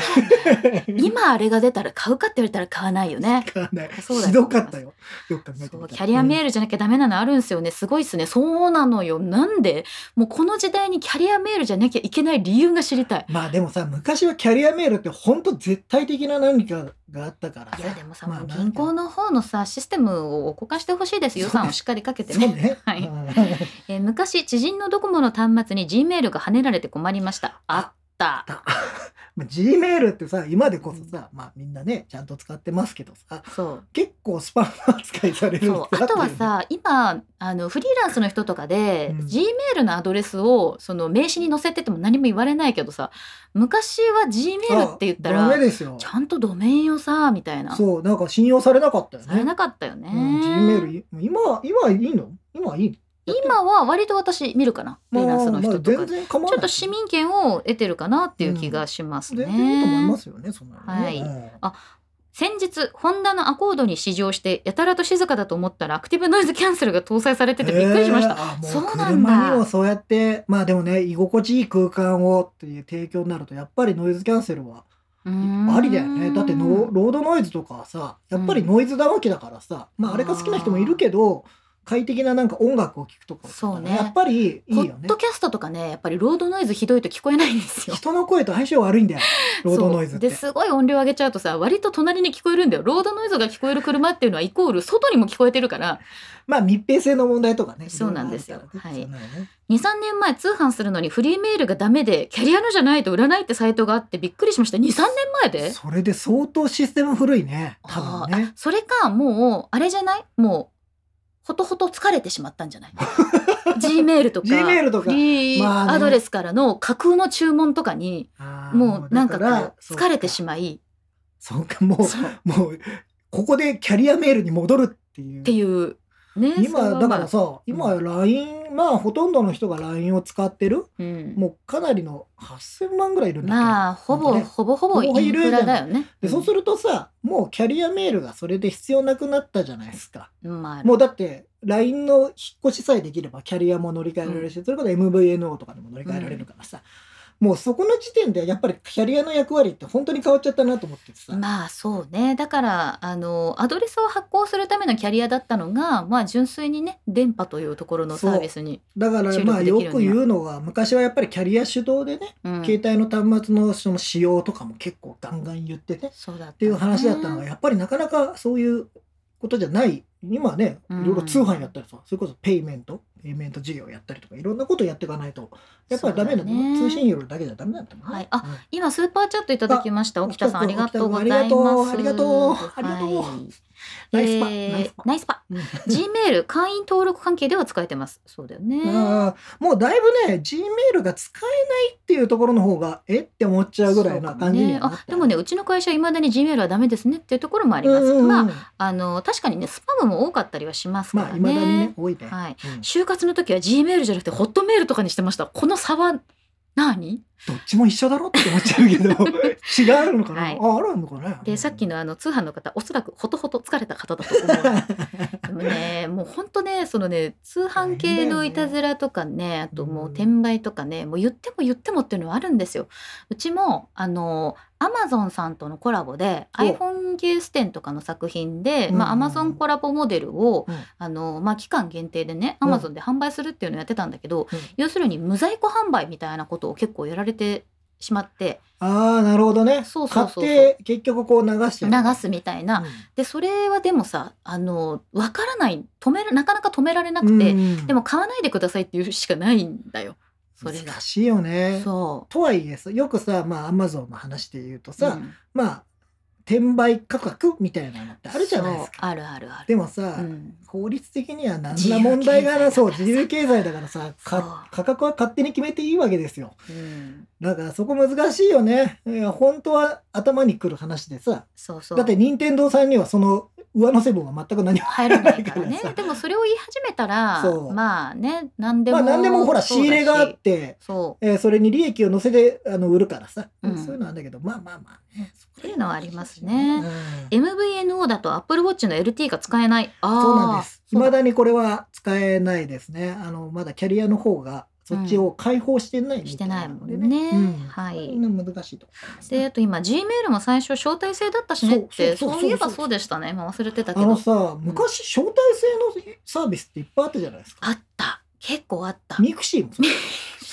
だよ、今あれが出たら買うかって言われたら買わないよね。
わかんない
そうだよ
ひどかったよ。よく考えて
そ
み
う
たら。
キャリアメー
ル
ルじゃなきゃダメなのあるんですよねすごいっすねそうなのよなんでもうこの時代にキャリアメールじゃなきゃいけない理由が知りたい
まあでもさ昔はキャリアメールって本当絶対的な何かがあったから
いやでもさ、
まあ
もう銀行の方のさシステムを動かしてほしいです予算をしっかりかけて
そう
ね
ね、
はい
うん
えー昔知人のドコモの端末に G メールが跳ねられて困りましたあった
だまあ G メールってさ今でこそさ、まあ、みんなねちゃんと使ってますけどさ
そう
結構スパム扱いされる
そうあとはさ今あのフリーランスの人とかで、
うん
G メールのアドレスをその名刺に載せてても何も言われないけどさ昔は G メ
あ
ールって言った
ダ
ら
メですよ
ちゃんとドメインをさみたいな
そうなんか信用されなかったよね
されなかったよね、
うん、G メールい今は今はいいの今はいい
今は割と私見るかなフリーランスの人と
まあまあ
か
全然構わ
ち
ない
ょっと市民権を得てるかなっていう気がしますね。
全然いいと思いますよねそんなのね、
はい
うん
先日ホンダのアコードに試乗してやたらと静かだと思ったらアクティブノイズキャンセルが搭載されててびっくりしました。
へーあも
そうなんだ
車にもそうやってまあでもね居心地いい空間をっていう提供になるとやっぱりノイズキャンセルは
うーん
ありだよねだってノロードノイズとかはさやっぱりノイズだわけだからさ、まああれが好きな人もいるけど快適ななんか音楽を聴くとか
そうね
やっぱりいい
ポ
よ
ッ
ね
ドキャストとかねやっぱりロードノイズひどいと聞こえないんですよ。
人の声と相性悪いん
[laughs]
だよ [laughs] ロードノイズって
そうですごい音量上げちゃうとさ割と隣に聞こえるんだよロードノイズが聞こえる車っていうのはイコール外にも聞こえてるから
まあ密閉性の問題とかね
そうなんですよ
ろろあるからねそうなのね
23年前通販するのにフリーメールがダメでキャリアのじゃないと売らないってサイトがあってびっくりしました23年前で
それで相当システム古いね多分ね [laughs]
それかもうあれじゃないもうほとほと疲れてしまったんじゃない G メールとか
G メールとか
フリー
まあね
アドレスからの架空の注文とかに
あー
もうなんか
だら
こう疲れてし
ま
まい
そうかも
そうっ
うもうここでキャリアメールに戻るっていう
ていうねそれ
今
は
だ
ま
か
あ
らさ今 LINE まあほとんどの人が LINE を使ってる
うん
もうかなりの8000万ぐらいいるんだっけ
まあほぼ
ね
ほぼほぼ
ほぼ
インフラだよね
でそうするとさもうキャリアメールがそれで必要なくなったじゃないですか
うんまあ
もうだって LINE の引っ越しさえできればキャリアも乗り換えられるし、それこそ MVNO とかでも乗り換えられるからさ、もうそこの時点でやっぱりキャリアの役割って本当に変わっちゃったなと思っててさ、
まあそうねだからあのアドレスを発行するためのキャリアだったのが、まあ、純粋にね電波というところのサービスに、
だからま
注力で
あ
きるには
よく言うのは昔はやっぱりキャリア主導でね、
うん、
携帯の端末のその使用とかも結構ガンガン言っててっ
そうだったって
いう話だったのがやっぱりなかなかそういうことじゃない今はねい
うん
ろいろ通販やったりさ、それこそペイメントペイメント事業やったりとかいろんなことやっていかないとやっぱりダメだ
そうだね
ね通信料だけじゃダメだったもんね。
はいあ
あ
今スーパーチャットいただきました
あ
沖田さんありがとうござい
沖田
ます
君ありがとうありがとう
は
ナ
い
イスパ
えー
ナイスパ
ナイスパ G メール会員登録関係では使えてますそうだよね
あーもうだいぶね G メールが使えないっていうところの方がえって思っちゃうぐらいな感じに
そうか
はな
もね
っ
あ
た、
でもねうちの会社いまだに G メールはダメですねっていうところもあります、
うんうんうん
まああの確かにねスパムも多かったりはしますか
ま
ら
あ
ね,、
いまだにね多いね、
はい
うん
就活の時は G メールじゃなくてホットメールとかにしてましたこの差は何
どっちも一緒だろって思っちゃう
[laughs]
けど違うのかな、
はい
ああるのかね
でさっき
の
のあの通販の方おそらくほとほと疲れた方だと思うでもねもうほんとねそのね通販系のいたずらとかねあともう
うん
転売とかねもう言っても言ってもっていうのはあるんですようちもあのアマゾンさんとのコラボで
お
iPhone ケース展とかの作品で、まあ、ア
うんうん
マ
うん
ゾンコラボモデルを、
うん
あのまあ、期間限定でね
う
ア
ん
マゾンで販売するっていうのをやってたんだけど、
うん
要するに無在庫販売みたいなことを結構やられてしまって
ああなるほどね
そうそうそうそう
買って結局こう流しちゃ
流
う。
すみたいうなんでそれはでもさあの分からない止めるなかなか止められなくて、
うん
でも買わないでくださいっていうしかないんだよ。それが
難しいよね
そ
とはいえさよくさまあアマゾンの話で言うと
う。
さ、
うん
まあ転売価格みたいなのってあるじゃないです
そう
か
あるあるある。
でもさ、
うん
法律的には何ら問題がなそう
自
自
由
由経済だからさ
そう
か価格は勝手に決めていいわけですよ
うん
だからそこ難しいよねいや本当は頭にくる話でさ
そうそう。
だって任天堂さんにはその上乗せ分は全く何も
入らないからね
入らないからさ
でもそれを言い始めたら
そう
まあね何でも、
まあ何でもほら仕
そうだし
入れがあって
そう
えーそれに利益を乗せてあの売るからさ、
うん
そういうのなんだけどまあまあまあねそこ
っていうのはありますね
うん
MVNO だと Apple Watch の LT が使えないああ
そうなんです
そうだ
未だにこれは使えないですねあのまだキャリアの方がそっちを解放してないみたいなのでね、
してないもんね
うん
はい
これが難しいところですね
であと今 G メールも最初招待制だったしねって
そうそうそう
そういえばそうでしたね、まあ、忘れてたけ
あの
ど
さ昔招待制のサービスっていっぱいあったじゃないですか
あった結構あった
ミクシーもそう [laughs]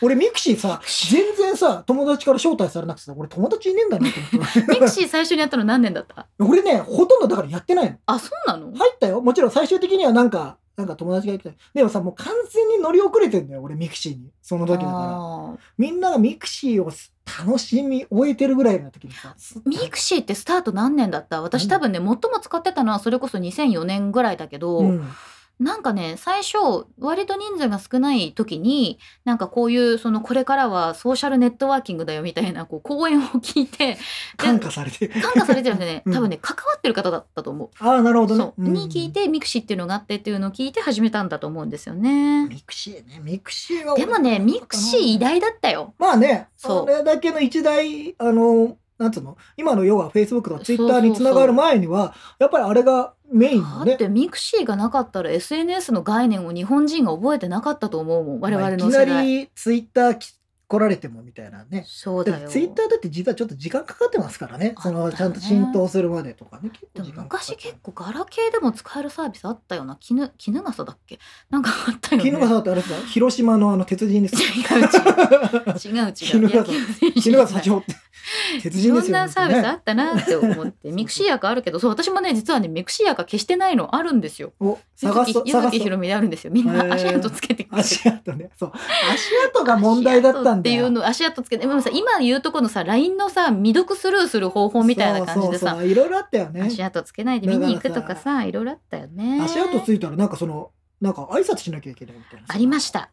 俺ミクシーさ全然さ友達から招待されなくてさ俺友達いねえんだなと思って
ミクシー最初にやったの何年だった
[laughs] 俺ねほとんどだからやってないの
あそうなの
入ったよもちろん最終的にはなんかなんか友達が来たでもさもう完全に乗り遅れてんだよ俺ミクシーにその時だから
あー
みんながミクシーを楽しみ終えてるぐらいの時にさ
ミクシーってスタート何年だった私多分ね最も使ってたのはそれこそ2004年ぐらいだけど、
うん
なんかね最初割と人数が少ない時になんかこういうそのこれからはソーシャルネットワーキングだよみたいなこう講演を聞いて
感化されて
感化されてるんでね
うん
多分ね関わってる方だったと思う。
ああなるほどね
そう
うん
に聞いてミクシーっていうのがあってっていうのを聞いて始めたんだと思うんですよね。
ミクシーねミクシーは
でもねミクシー偉大だったよ。
まあね、
そう
それだけの一大、あの、なんつうの、今の要は Facebook とか Twitter につながる前には、やっぱりあれがメインの
だっ
ね、
てミクシーがなかったら SNS の概念を日本人が覚えてなかったと思うもん我々の世
まあ
代。
いきなり Twitter き来られてもみたいなね。
そうだよ。
Twitter だって実はちょっと時間かかってますからね、
あった
そ
よね
のちゃんと浸透するまでとかね、結
で
構
も
時間かか
昔
って
結構ガラケーでも使えるサービスあったよな絹絹笠だっけなんかあったよね
絹笠ってあれですか広島のあの鉄人です
[laughs]
か
違う違う違う違う
絹笠絹笠社長って鉄
い
人
ろ
です
ん
よ
なサービスあ
ね
ったなって思って、ミクシー役あるけどそう私もね実はねミクシー役消してないのあるんですよ
お
柚
探
木
すと探す
ひ
と
ろみであるんですよみん
へ
な
ー
足跡つけてくれて
足跡ねそう足跡が問題だっ
足跡
たん
って
だ
い
よ
うの足跡つけてでもさ今言うとこのさ LINE のさ未読スルーする方法みたいな感じで
そう
さ
そうそういろいろあったよね
足跡つけないで見に行くとかさいろいろあったよね
足跡ついたらなんかそのなんか挨拶しなきゃいけないみたいな
ありま
し
した。
た、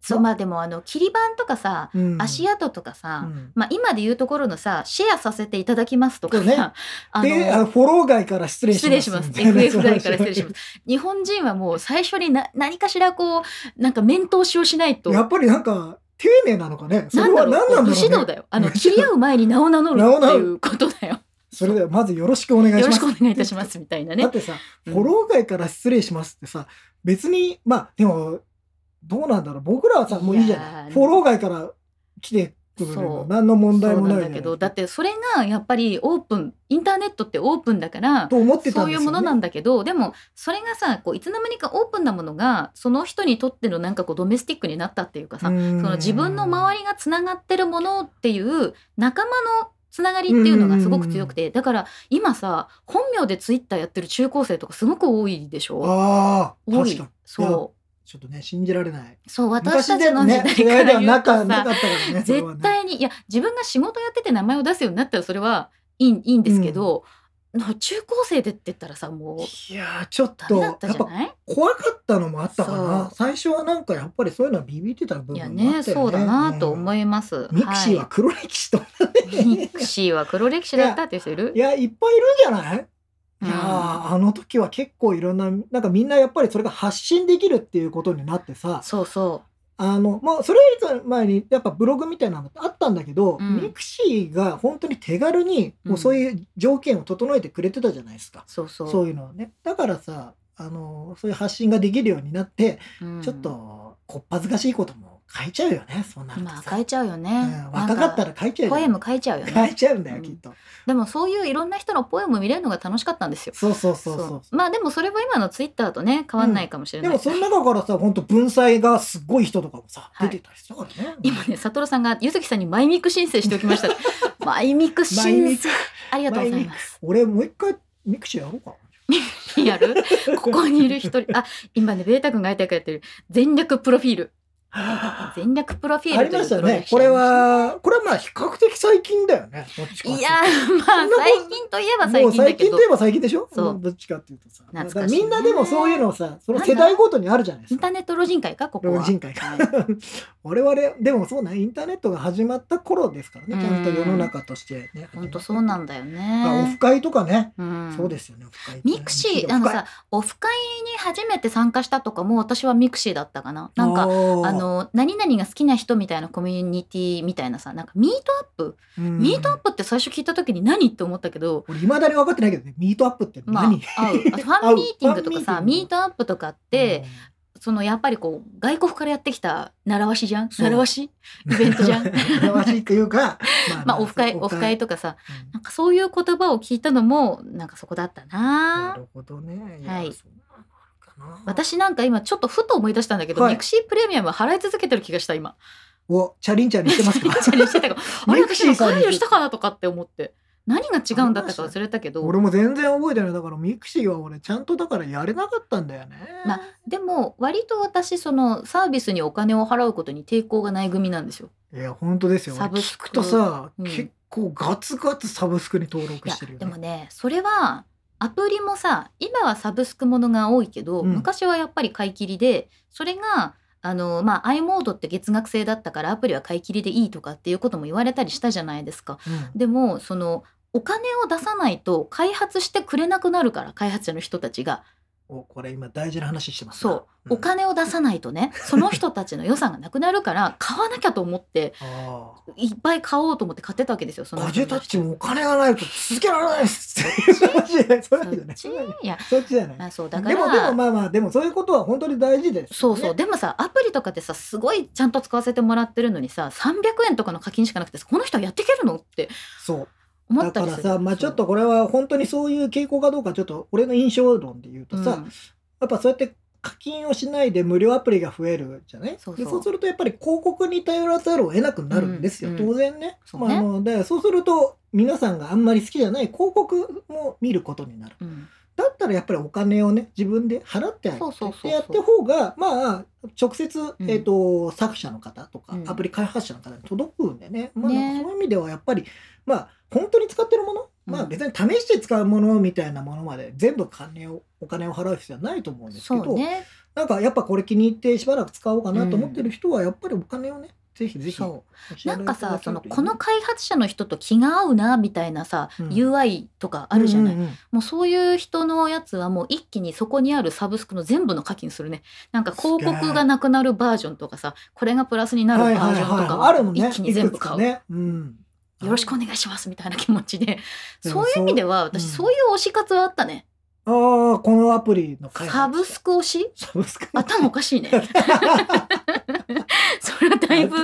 そうまあでもあの切り板とかさ、
うんうん
足跡とかさ、
うん
まあ今で言うところのさシェアさせていただきますとかさ、
そうね
[laughs] あ
であ
の
フォロー外から失礼
失
しま
礼
す
します
みたいな [laughs]
FF ぐらいから失礼します日本人はもう最初にな何かしらこうなんか面通しをしないと
やっぱりなんか丁寧なのかねそ
な
れ
んだ
は
ろう
何なん
こう
だ
武士
ろ
道
うね
だよあの切り合う前に名を名乗る
名を
って
名乗
い
る
うことだよ
それではまずよろしくお願いします
よろしくお願いいたしますみたいな
だっ
ね
てさ、
うん
フォロー外から失礼しますってさ、別に、まあ、でも、どうなんだろう、僕らはさ、もういいじゃ
い
な
や
い。
ー
フォロー外から来てくれる
そ
の
う、
何の問題
そう
も
な
なんいじ
だけ
ゃない
どだってそれがやっぱりオープンインターネットってオープンだから
と思ってた
そう
ん
い
で
う
すよ、ね。
ものなんだけどでもそれがさこういつの間にかオープンなものがその人にとってのなんかこうドメスティックになったっていうかさ、その自分の周りがつながってるものっていう仲間のつながりっていうのがすごく強くてだから今さ本名でツイッターやってる中高生とかすごく多いでしょ
ああ、
多
確
い
かに。
そ
ちょっとね、信じられない。
うそう私たちの時
ね、
代か
[laughs] 時代で
ら
は
言
な
うと
かな
さ
かったからね。それ
絶
はね
対にいや自分が仕事やってて名前を出すようになったらそれはいいいいんですけど、な中高生でって言ったらさもう
いやーちょっ
ダ
と
メだ
や
ったじ
っ
ゃ
ぱ
ない
怖かったのもあったか
そう
な最初はなんかやっぱりそういうのはビビってた部分
い
もあ
や
ったよね
ねそうだなと思
い
います。
ミクシーはい黒歴史と
ミクシーは黒歴史だったっていう人いる
いや、いっぱいいるんじゃないいやーあの時は結構いろんな、なんかみんなやっぱりそれが発信できるっていうことになってさ、
そうそ
あの、まあ、それより前にやっぱブログみたいなのってあったんだけど、
うん
ミクシーが本当に手軽に、もうそういう条件を整えてくれてたじゃないですか
う。そうそう
そういうのをね。だからさ、あの、そういう発信ができるようになって、
うん
ちょっと、こっぱずかしいことも書いちゃうよね、そんなのって
まあ
さ
変えちゃうよね、
うん若かった
ら
ら書いちゃうよ
ポエム変えちゃうよ
書
ね
いちゃうんだ
う
よ、
ん
きっと。
でもそういういろんな人のポエム見れるのが楽しかったんですよ
そうそうそうそう。
まあでもそれは今のツイッターとね変わんないかもしれ
で
ない、
もその中からさ本当文才がすごい人とかもさ、
はい
出てたりしたからね。
今ね悟さんが柚木さんにマイミク申請しておきました
[laughs]
マイミク
マイ
申
ミ
請ありがとうございます
俺もう一回ミクシーやろうか
やるここにいる一人あ今ねベータ君が会いたいからやってる全略プロフィール
な。
全略プロフィー
あ
ル
り
と
ま
いう
した
プロジェ
ね
ク。ト
これはこれはまあ比較的最近だよね。どっちかって
いう
と
やーま
そ
あ
んなもん
最近といえば
も
最
う
近だ
最
け
近
ど
といえば最近でしょ。
そう
どっちかっていうとさ。
懐かしいね
だらみんなでもそういうのをさその世代ごとにあるじゃないで
イ
す
ン
か
ター。ネット老人会かここは
老人会か
はい
[laughs] 我々でもそうねインターネットが始まった頃ですからね
うん
ちゃんと世の中としてね。
本当そうなんだよね。
[laughs] まあオフ会とかね、
うん
そうですよねオフ会ってね
ミクシー、
オ
あ
フ
の
会
さ、オフ会に初めて参加したとかも、私はミクシーだったかな。なんか、
ー
あ、の、何々が好きな人みたいなコミュニティみたいなさ、なんかミートアップ、
うん
ミートアップって最初聞いた時に何って思ったけど、
俺、いまだに分かってないけどね、ミートアップって
まあ、合
何、
う。
[laughs]
あとファンミーティングとか
合
さ、
うファンミ
ミー
ーティング
トアップとかって、そのやっぱりこう、外国からやってきた習わしじゃん
そう
習わしイベントじゃん
[laughs] 羨ましいというか、
[laughs] ま
ま
あ、オフ会、オフ会
と。
とかさ、
うん
なんかそういう言葉を聞いたのも、なんかそこだった
な
な
るほどね。や
はい
そうなのかな
私なんか今ちょっとふと思い出したんだけど、
はい
ミクシープレミアム払い続けてる気がした今。
お、チャリンチャリンしてます
[laughs]
か
チャレンジしてた
[laughs]
からあれ
ミク
私
シー
も
さんに
解除したかなとかって思って何が違うんだったか忘れたけど
俺も全然覚えてない。だから、ミクシーは俺、ちゃんとだからやれなかったんだよね。
まあでも割と私そのサービスにお金を払うことに抵抗がない組なんですよ。
いや、本当ですよ。
サブ
俺
ス
聞
ク
くとさ、
うん
結構ガツガツサブスクに登
い
録
や
してるよ
で
ね。
もねそれはアプリもさ今はサブスクものが多いけど、
うん
昔はやっぱり買い切りでそれがあのまあ i モードって月額制だったからアプリは買い切りでいいとかっていうことも言われたりしたじゃないですか。
うん
でもそのお金を出さないと開発してくれなくなるから開発者の人たちが
おこれ今大事な話してますな
そう、お
ん
金を出さないと
[laughs]
ねその人たちの予算がなくなるから買わなきゃと思って
ああ
いっぱい買おうと思って買ってたわけですよその
ガ
人の
ジェタッチもお金がないと続けられないっ
[laughs]
すっていう話じゃない。そういうわけ
そ
じ
っ
ゃない
ちいや
そっちじゃな
ま
い。
あそうだ
でも
か
で
ら
もまあまあでもそういうことは本当に大事です
そ
よね、
うそう、でもさアプリとかでさすごいちゃんと使わせてもらってるのにさ300円とかの課金しかなくてさこの人はやっていけるのって
そう
思
だ
った
か
り
ら
する
さまあちょっとこれは本当にそういう傾向かどうかちょっと俺の印象論で言うと
そう
さ、
う
や
ん
っぱそうやって課金をしないで無料アプリが増えるじゃない
そうそう
でそうするとやっぱり広告に頼らざるを得なくなるんですよ、
うん
当然ね。
そうね
まあ、あのでそうすると皆さんがあんまり好きじゃない広告も見ることになる。
うん
だったらやっぱりお金をね自分で払ってあげて
そうそうそうそう
でやった方がまあ直接、
ん
えー、と作者の方とか、
うん
アプリ開発者の方に届くんでね,、まあ、
ね
なんかそういう意味ではやっぱりまあ本当に使ってるもの、
うん
まあ別に試して使うものみたいなものまで全部金をお金を払う必要はないと思うんですけ
そ
ど、
うね
なんかやっぱこれ気に入ってしばらく使おうかなと思ってる人はやっぱりお金をねぜひぜひ
そ
お支払
な
い
んか
いただ
さ
け
そ
る
の
といいね
この開発者の人と気が合うなみたいなさ、
うん
UI とかあるじゃない、
うんうんうん
もうそういう人のやつはもう一気にそこにあるサブスクの全部の課金するねなんか広告がなくなるバージョンとかさこれがプラスになるバ
はい
ー
はい
ジョンとか
は
はい
あるもんね
一気に全部買う、
いくつかねうん
よろしくお願いしますみたいな気持ちで
で
そ
も
ういう意味では
そう
私
うん
そういう推し活はあったね、
あーこのアプリの開発
サブスク推し
サブスク
頭おかしい
[laughs]
ねそれはだいぶ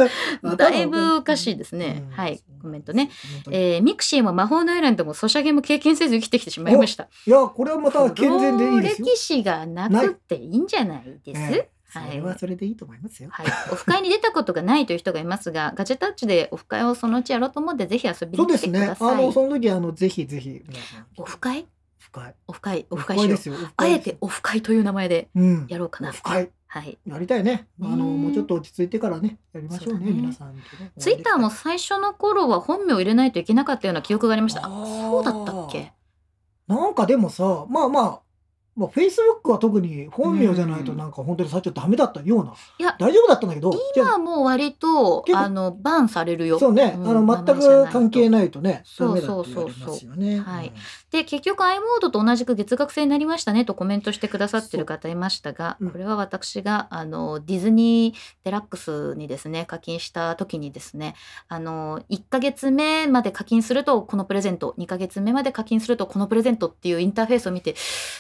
だいぶおかしいですねはいコメントね。
頭がうん
えーミクシーも魔法のアイランドもソシャゲも経験せず生きてきてしまいました。
いやこれはまた健全でいいですよ
黒。歴史がなくっていいんじゃないです。
ええそ
はい
れはそれでいいと思いますよ。
はい、オフ会に出たことがないという人がいますが、ガジェタッチでオフ会をそのうちやろうと思って、ぜひ遊びに
そうで
来
す
てく
ね。
だ
あ
さい。
のその時あのぜひぜひ皆さん
オフ会、
深い
オフ会、オフ会
深
しよ
いで
う。
すよ。
あえてオフ会という名前で
うん
やろうかな。
深い
はい。
やりたいね。あの
ねえ
もうちょっと落ち着いてからねやりまし
そ
ょう
うだ
ね
ね
皆さんとね。
ツイッターも最初の頃は本名を入れないといけなかったような記憶がありました。あ
あー
そうだったっけ。
なんかでもさまあまあ。まあ、フェイスブックは特に本名じゃないと
うん
なんか本当に最初ダメだったような、
いや
大丈夫だったんだけどじゃ
今はもう割と
結、構
あの、バンされるよ。
そうね、
うん
あ
名
の
前
全
じゃない
く
と
関係ないとね、
そ
ダ
う
メだ
そ
っ
う
て
そう
言
そう
われますよね。
はい
うん
で結局 i モードと同じく月額制になりましたねとコメントしてくださってる方いましたが、
そううん
これは私があのディズニーデラックスにですね課金した時にですねあの1ヶ月目まで課金するとこのプレゼント2ヶ月目まで課金するとこのプレゼントっていうインターフェースを見て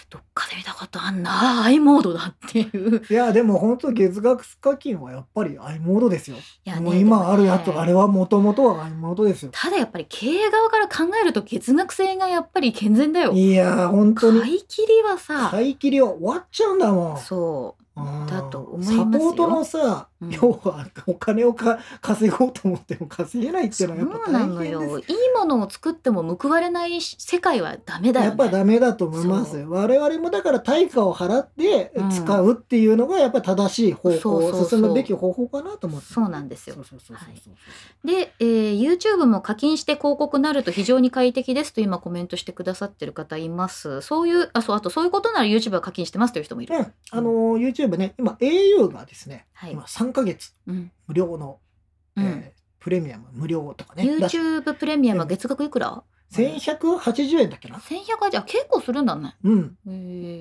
どっかで見たことあんな i モードだっていう。
いやでも本当月額課金はやっぱり i モードですよ。
いやね
もう今あるやつ、
でもね
あれはもともとは i モードですよ。
ただやっぱり経営側から考えると月額制がやっぱり健全だよ。
いやー本当
買
に
い切りはさ、
買い切りは終わっちゃうんだもん。
そう
うん
だと思いますよ
サポートのさ、
うん
要はお金をか稼ごうと思っても稼げないってい
そう
の
う
はやっぱ
な
大
の
変です
よ。
よ
いいものを作っても報われないし世界はダメだ
や
よ
っぱ
ね。
ダメだと思います
そ
我々もだから対価を払って使うっていうのがやっぱり正しい方
そうそうそ
向
う
進むべき方法かなと思って
そうなんですよ
そうそうそうそうそう
で、えー YouTube も課金して広告なると非常に快適ですと今コメントしてくださってる方います。そういうあそうあとそういうことなら YouTube は課金してますという人もいる。
うん、あのー YouTube ね今 au がですね、
はい
今3ヶ月
うん
無料の、
う
え
ん
ープレミアム無料とかね出し
YouTube プレミアムは月額いくら
1180円だっけな、
1100じゃ結構するんだね。
うん、
へ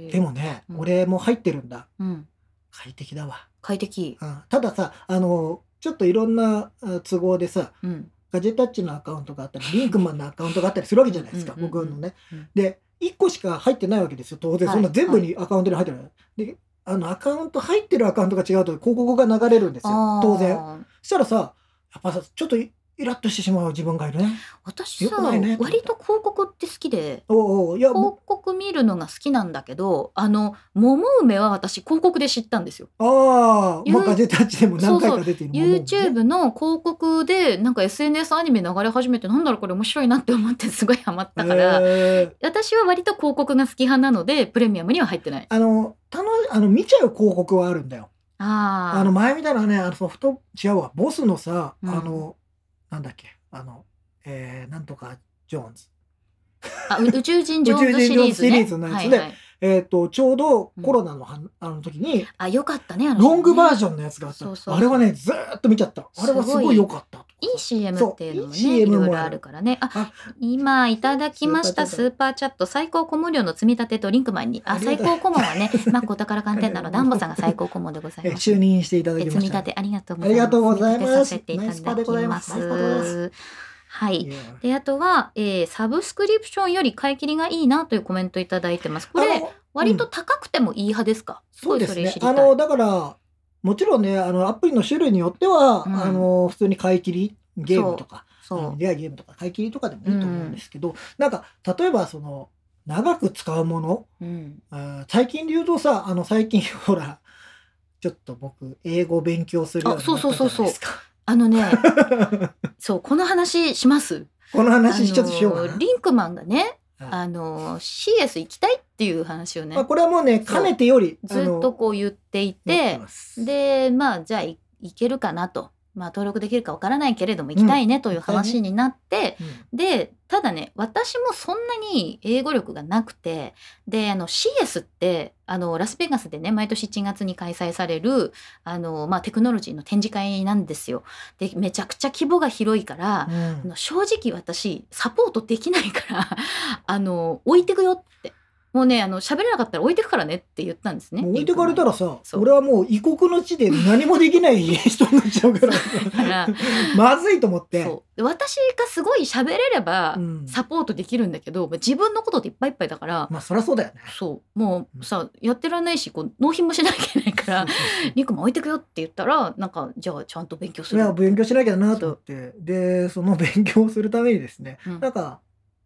ー
で、もね、
うん
俺も入ってるんだ
うん、
快適だわ、
快適、
うん、たださあのーちょっといろんなあ都合でさ
うん
ガジェタッチのアカウントがあったりリンクマンのアカウントがあったりするわけじゃないですか、
うんうんうん
僕のね、
うん
で1個しか入ってないわけですよ当然、
はい
そんな全部にアカウントに入ってない、であのアカウント入ってるアカウントが違うと広告が流れるんですよ当然
然。
そしたらさやっぱさちょっとイイラッとしてしまう自分がいるね
私
よ
さ、
くないね
割と広告って好きで。
おうおういや
広
も
告見るのが好きなんだけどあの桃梅は私広告で知ったんですよ
ああ
ゆう
まあガジェタッチでも何回か出ているものもね
YouTube の広告でなんか SNS アニメ流れ始めてなんだろうこれ面白いなって思ってすごいハマったから、
えー
私は割と広告が好き派なのでプレミアムには入ってない
あの楽あの見ちゃう広告はあるんだよ
あー
あの前みたいなねあのソフト違うわボスのさ、
うん
あのなんだっけあのえー、なんとかジョーンズ
あう宇宙人ジョーンズ
宇宙人
シリーズね
ジョーンズシリーズのやつで
はいはい、
えっ、とちょうどコロナのは、あの時に
あよかったねあの人ね
ロングバージョンのやつがあった、
そうそうそう
あれはねずーっと見ちゃったあれはす
す
ご
ごい
い良かったとか
いい CM っていうのもね
そういい
い
CM
ろ
もある
いろあるからねあ
あ
今いただきましたス
ス
ー
ー
パーチャット最高顧問料の積み立てとリンクマンにあ
ありがと
最
う
高顧問
[laughs]
はねマックお宝鑑定団のダンボさんが最高顧問でござい
えー
ます
就任していただき
え
ま
積み
した
立
ね、
てありがとうございます
ありがとうございます
積み立てさせていただきます
ナイスパでございます
はい
いや
であとは、えーサブスクリプションより買い切りがいいなというコメントいただいてますこ
あ
れ
の
割と高くてもいい派ですか、す
そ
ご
う
い
で
そ
す
れ
ね
知りたい
あのだからもちろんねあのアプリの種類によっては、
うん
あの普通に買い切りゲームとか
そう
あのレアゲームとか買い切りとかでもいいと思うんですけど、なんか例えばその長く使うもの
うん
あー最近で言うとさあの最近 [laughs] ほらちょっと僕英語勉強するようになったじゃないですか。
あの
[laughs]
ねそうこの話します
この話ちょっとしようか
あ
な
の。リンクマンがね、
はい
あの CS 行きたいっていう話をね
まあ、これはもうねかねてより
ずっとこう言ってい
あの持って
て
ます
でまあじゃあい行けるかなとまあ、登録できるかわからないけれども行きたいねという話になって、でただね私もそんなに英語力がなくてであの CS ってあのラスベガスでね毎年1月に開催されるあの、まあ、テクノロジーの展示会なんですよ。でめちゃくちゃ規模が広いから、あの正直私サポートできないから [laughs] あの置いてくよってもうねあの喋れなかったら置いてくからねって言ったんですね。
もう置いてかれたらさ
そう
俺はもう異国の地で何もで
[laughs]
きない人になっちゃうから
だから
[laughs] まずいと思って
そうで私がすごい喋れれば
うん
サポートできるんだけど、自分のことでいっぱいいっぱいだから、
まあそりゃそうだよね
そうもうさやってらんないしこう納品もしなきゃいけないから「リンクも置いてくよ」って言ったらなんかじゃあちゃんと勉強す
いや
る。
勉強しなきゃなと思ってでその勉強をするためにですね、
うん
なんか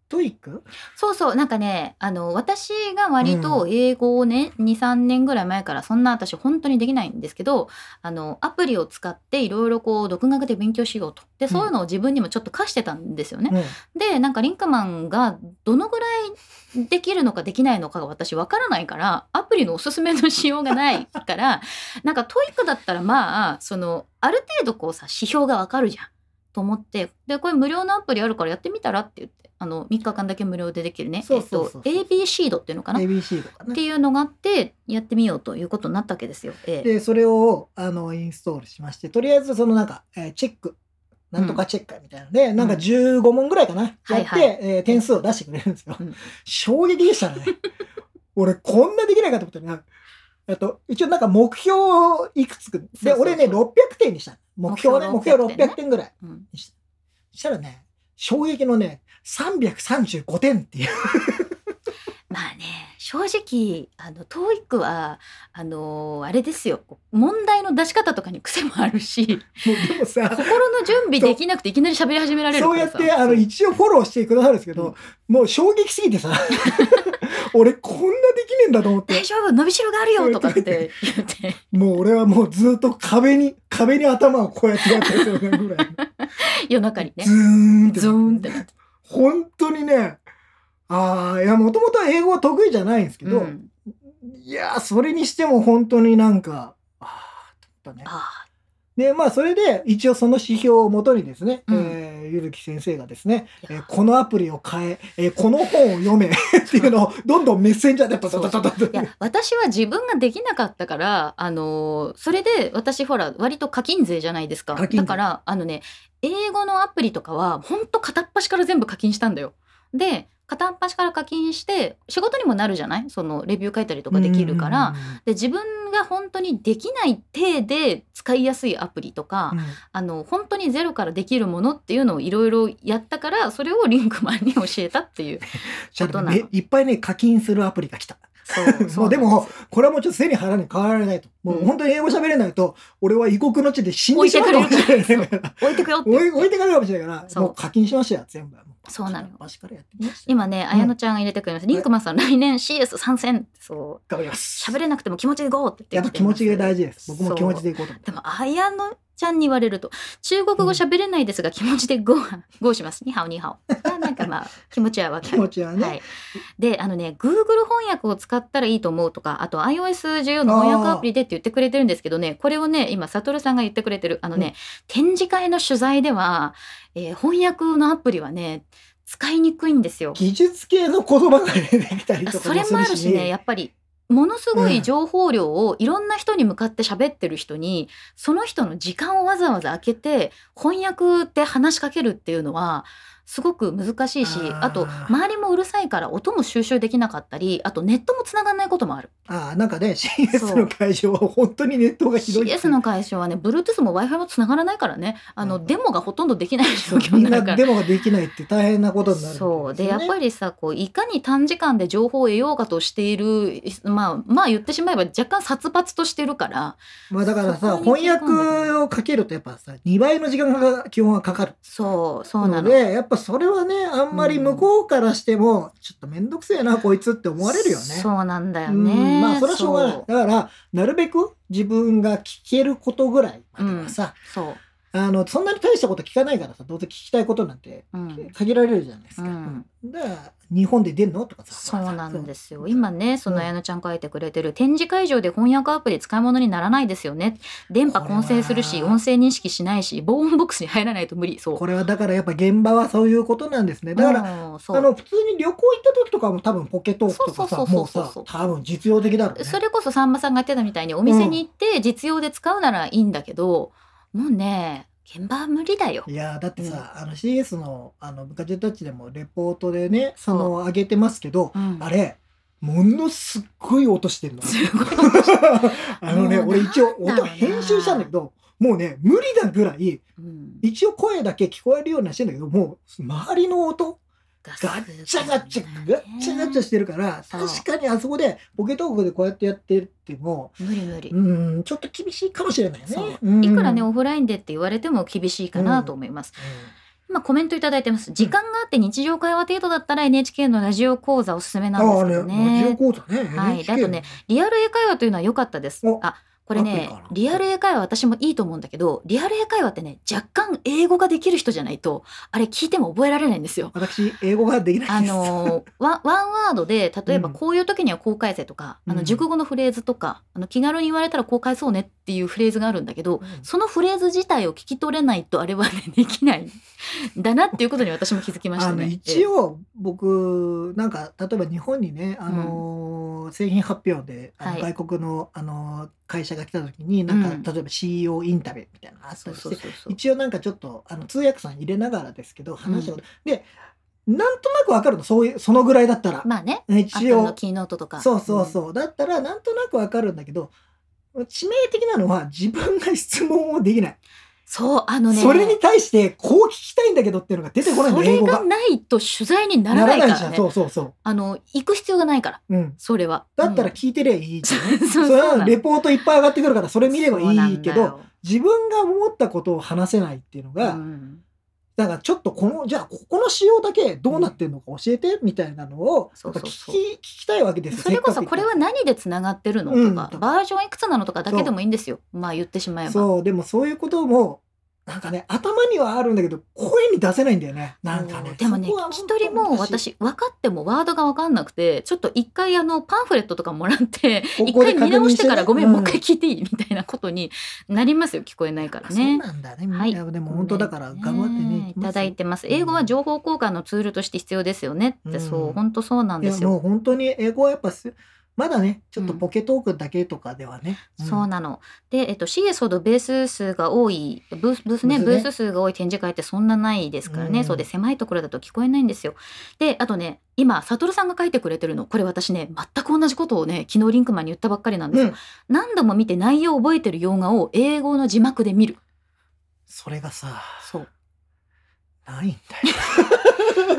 トイック
そうそうなんかねあの私が割と英語をね、23年ぐらい前からそんな私本当にできないんですけどあのアプリを使っていろいろこう独学で勉強しようとでそういうのを自分にもちょっと課してたんですよね。
うん
でなんかリンクマンがどのぐらいできるのかできないのかが私わからないからアプリのおすすめの仕様がないから [laughs] なんかトイックだったらまあそのある程度こうさ指標がわかるじゃんと思ってでこれ無料のアプリあるからやってみたらって言ってあの3日間だけ無料でできるね
そうそうそうそう
えっと ABC ドっていうのかな、っ
ABC とかね
ていうのがあってやってみようということになったわけですよ。ええ
でそれをあのインストールしましてとりあえずそのなんか、えーチェックなんとかチェッカーみたいなので、なんか
うん
15問ぐらいかな、
はい
やって、
はい
えー点数を出してくれるんですよ、
うん
衝撃でしたね俺こんなできないかと思ったらえっと一応なんか目標をいくつく
そう
で
そうそう
俺ね600点にしたの目標ね目
目
標
標
600
600
点,、
点ね
ぐらい
うん
にしたそしたらね衝撃のね335点っていう [laughs]
まあね正直あの TOEIC はあのあれですよ問題の出し方とかに癖もある
[laughs]
し
もうでもさ
心の準備できなくていきなり喋り始められる
そ
か
うや
ら
っ
さ
てあの一応フォローしてくださるんですけど、もう衝撃すぎてさ [laughs] 俺こんなできねえんだと思って
大丈夫伸びしろがあるよとかって言って
もう俺はもうずっと壁に壁に頭をこうやってやってるぐらい、
夜中 [laughs] にね
ズーンって
ズーンってなって
本当にねああいやもともと英語は得意じゃないんですけど、
うん
いやーそれにしても本当になんかああと思ったね
あ
でまあそれで一応その指標をもとにですね、
うん
えーゆるき先生がですね、
い
え
や
ーこのアプリを変ええーこの本を読め [laughs] っていうのをどんどんメッセンジャーでパタパタパタ
ーいや私は自分ができなかったからあのそれで私ほら割と課金税じゃないですか
課金
だ
税
からあのね英語のアプリとかはほんと片っ端から全部課金したんだよで片っ端から課金して仕事にもなるじゃないそのレビュー書いたりとかできるからで自分が本当にできない体で使いやすいアプリとか、
うん
あの本当にゼロからできるものっていうのをいろいろやったからそれをリンクマンに教えたっていう
[laughs] じゃあ
ことなの
ねいっぱいね課金するアプリが来た
そ
[laughs] もうでもこれはもうちょっと背に腹に変わられないともううん本当に英語喋れないと俺は異国の地で死んでしまうかもしれないから
置いてくよって
[laughs] 置い置いてかれるかもしれないから
そう
もう課金しましたよ全部
そうなのよ
端からやってみましたよ
今ね綾乃ちゃんが入れてくれました、リンクマンさん来年 CS 参戦そう
頑張ります
喋れなくても気持ちでいこうって言
やってぱ
き
気
て
持
ます
ちが大事です僕も気持ちでいこうと思って
でも綾乃ちゃんに言われると中国語喋れないですが気持ちでゴーゴーしますニハオニハオあなんかまあ気持ちはわか
気
る
持ちはね、
はい、であのね Google 翻訳を使ったらいいと思うとかあと iOS14 の翻訳アプリでって言ってくれてるんですけどねこれをね今悟さんが言ってくれてるあのね、
う
展示会の取材では、えー翻訳のアプリはね使いにくいんですよ。
技術系の言葉が出てきたりとか
それもあるしねやっぱりものすごい情報量をいろんな人に向かって喋ってる人に、その人の時間をわざわざ空けて翻訳で話しかけるっていうのはすごく難しいし
あー
あと周りもうるさいから音も収集できなかったりあとネットもつながらないこともある
ああなんかね
そ
CS
う
の会場は本当にネットがひどい
CS の会社はね Bluetooth も w i f i もつながらないからねあの、
うん
デモがほとんどできない状況に
みん
な
な
るから
デモができないって大変なことになる
そうでやっぱ
り
りさこういかに短時間で情報を得ようかとしているまあまあ言ってしまえば若干殺伐としてるから
まあだからさ
そこ
翻
に切り込んで
訳をかけるとやっぱさ2倍の時間が基本はかかる
そうそうな
の
の。
でやっぱそれはねあんまり向こうからしてもちょっと面倒くせえなこいつって思われるよね
そうなんだよ
うん
ね。
まあそれはしょうがないだからなるべく自分が聞けることぐらいまではさ、
そう。そう
あのそんなに大したこと聞かないからさどうせ聞きたいことなんて
うん
限られるじゃないですか、
うん
うんだから日本で出んのとかさ
そうなんです
そ
よ
う
今ねその
うん
綾乃ちゃん書いてくれてる展示会場で翻訳アプリ使い物にならないですよね電波混成するし
これは
音声認識しないし防音ボックスに入らないと無理そう
これはだからやっぱ現場はそういうことなんですねだから、
うんそう
あの普通に旅行行った時とかも多分ポケトークとか
そ
さ
うそ
も
う
う
そう
さ
そう
多分実用的だろうね
それこそさんまさんが言ってたみたいにお店に行って実用で使うならいいんだけど、もうね現場は無理だよ。
いやーだってさ、あの CS のあのガジェタッチでもレポートでねそ
そう
の上げてますけど、
うん
あれものすっごい
[laughs]
音してんの
すごい
あのね
もう
俺一応
なんだろ
音
うな
編集したんだけどもうね無理なぐらい
うん
一応声だけ聞こえるようにはしてんだけどもう周りの音ガッチャガッチャガッチャガッチャしてるから
そう
確かにあそこでポケトークでこうやってやってっても
無理無理、
うーんちょっと厳しいかもしれないね
そう。
うん
いくらねオフラインでって言われても厳しいかなと思います、今コメントいただいてます時間があって日常会話程度だったら NHK のラジオ講座おすすめなんですけど
ああね、ラジオ
ね
講座ね。
はいだ
NHK
とねリアル英会話というのは良かったです
お
あこれ
アプリ
ね
かな
リアル英会話私もいいと思うんだけどリアル英会話ってね若干英語ができる人じゃないとあれ聞いても覚えられないん
[laughs]
ですよ
私、英語ができな
あ
いです。
のーワワンワードで例えば
うん
こういう時にはこう返せとか、あ
う
の
ん
熟語のフレーズとかあの気軽に言われたらこう返そうねっていうフレーズがあるんだけど、
うん
そのフレーズ自体を聞き取れないとあれは、ね、
[laughs]
できないんだなっていうことに私も気づきまし
あ
た
の
ね。
一応僕なんか例えば日本にね、あのー製品発表であの
はい
外国の、あのー会社が来た時になんか、
うん
例えば CEO インタビューみたいなのあ
あ
った
そう
りし
そ
て
うそうそう
一応なんかちょっとあの通訳さん入れながらですけど話を、でなんとなくわかるのそういうそのぐらいだったら、
まあね
一
あとの
応
キーノートとか
そうそうそう、だったらなんとなくわかるんだけど致命的なのは自分が質問をできない、
そうあのね
それに対してこう聞きたいんだけどっていうのが出てこないん
そ
だ
れ
英語
が
が。
ないと取材にならないからね
そうそうそ
あの行く必要がないから
う、うん、
それは
だったら
うん
聞いてりゃいいじゃん、
[laughs] そうそう
それ
そうな
は
の
レポートいっぱい上がってくるからそれ見れば
そうない
い
ん
け
だ
ど
よ
自分が思ったことを話せないっていうのが、
うん
だからちょっとこのじゃあここの仕様だけどうなってるのか教えてみたいなのを
そ
や
うそ
っぱ
う
聞き
そう
聞きたいわけですよ
それこそ
せっ
こ
かく
れは何でつながってるの
う
と
ん
か、バージョンいくつなのとかだけでもいいんですよまあ言ってしまえば
そうでもそういうこともなんかね頭にはあるんだけど声に出せないんだよねなんかね
でもね
そこは
聞
本
き
当
取りも
難しい
私分かってもワードが分かんなくてちょっと一回あのパンフレットとかもらって
こ
一
こで
回
確認
見直してからごめん
うん
もう一回聞いていいみたいなことになりますよ聞こえないから
あそう
ね。
なんだね、
はい
いやでも本当だから頑張ってね
いただい
て
てます。
うん
英語は情報交換のツールとして必要ですよねって、
うん
そう本当そうなん
い
で
や
すよ。
もう本当に英語はやっぱすまだねちょっと
うん
ポケトークだけとかではね、ん
そうなの。で、えっと、CS ほどベース数が多い、ブースブースね、
ブースね
ブース数が多い展示会ってそんなないですからね、
うん
そうで、狭いところだと聞こえないんですよ。で、あとね、今、サトルさんが書いてくれてるの、これ私ね、全く同じことをね、昨日リンクマンに言ったばっかりなんです
う
よ。
ん
何度も見て内容を覚えてる洋画を英語の字幕で見る。
それがさ
そう。
ないんだよ
[laughs]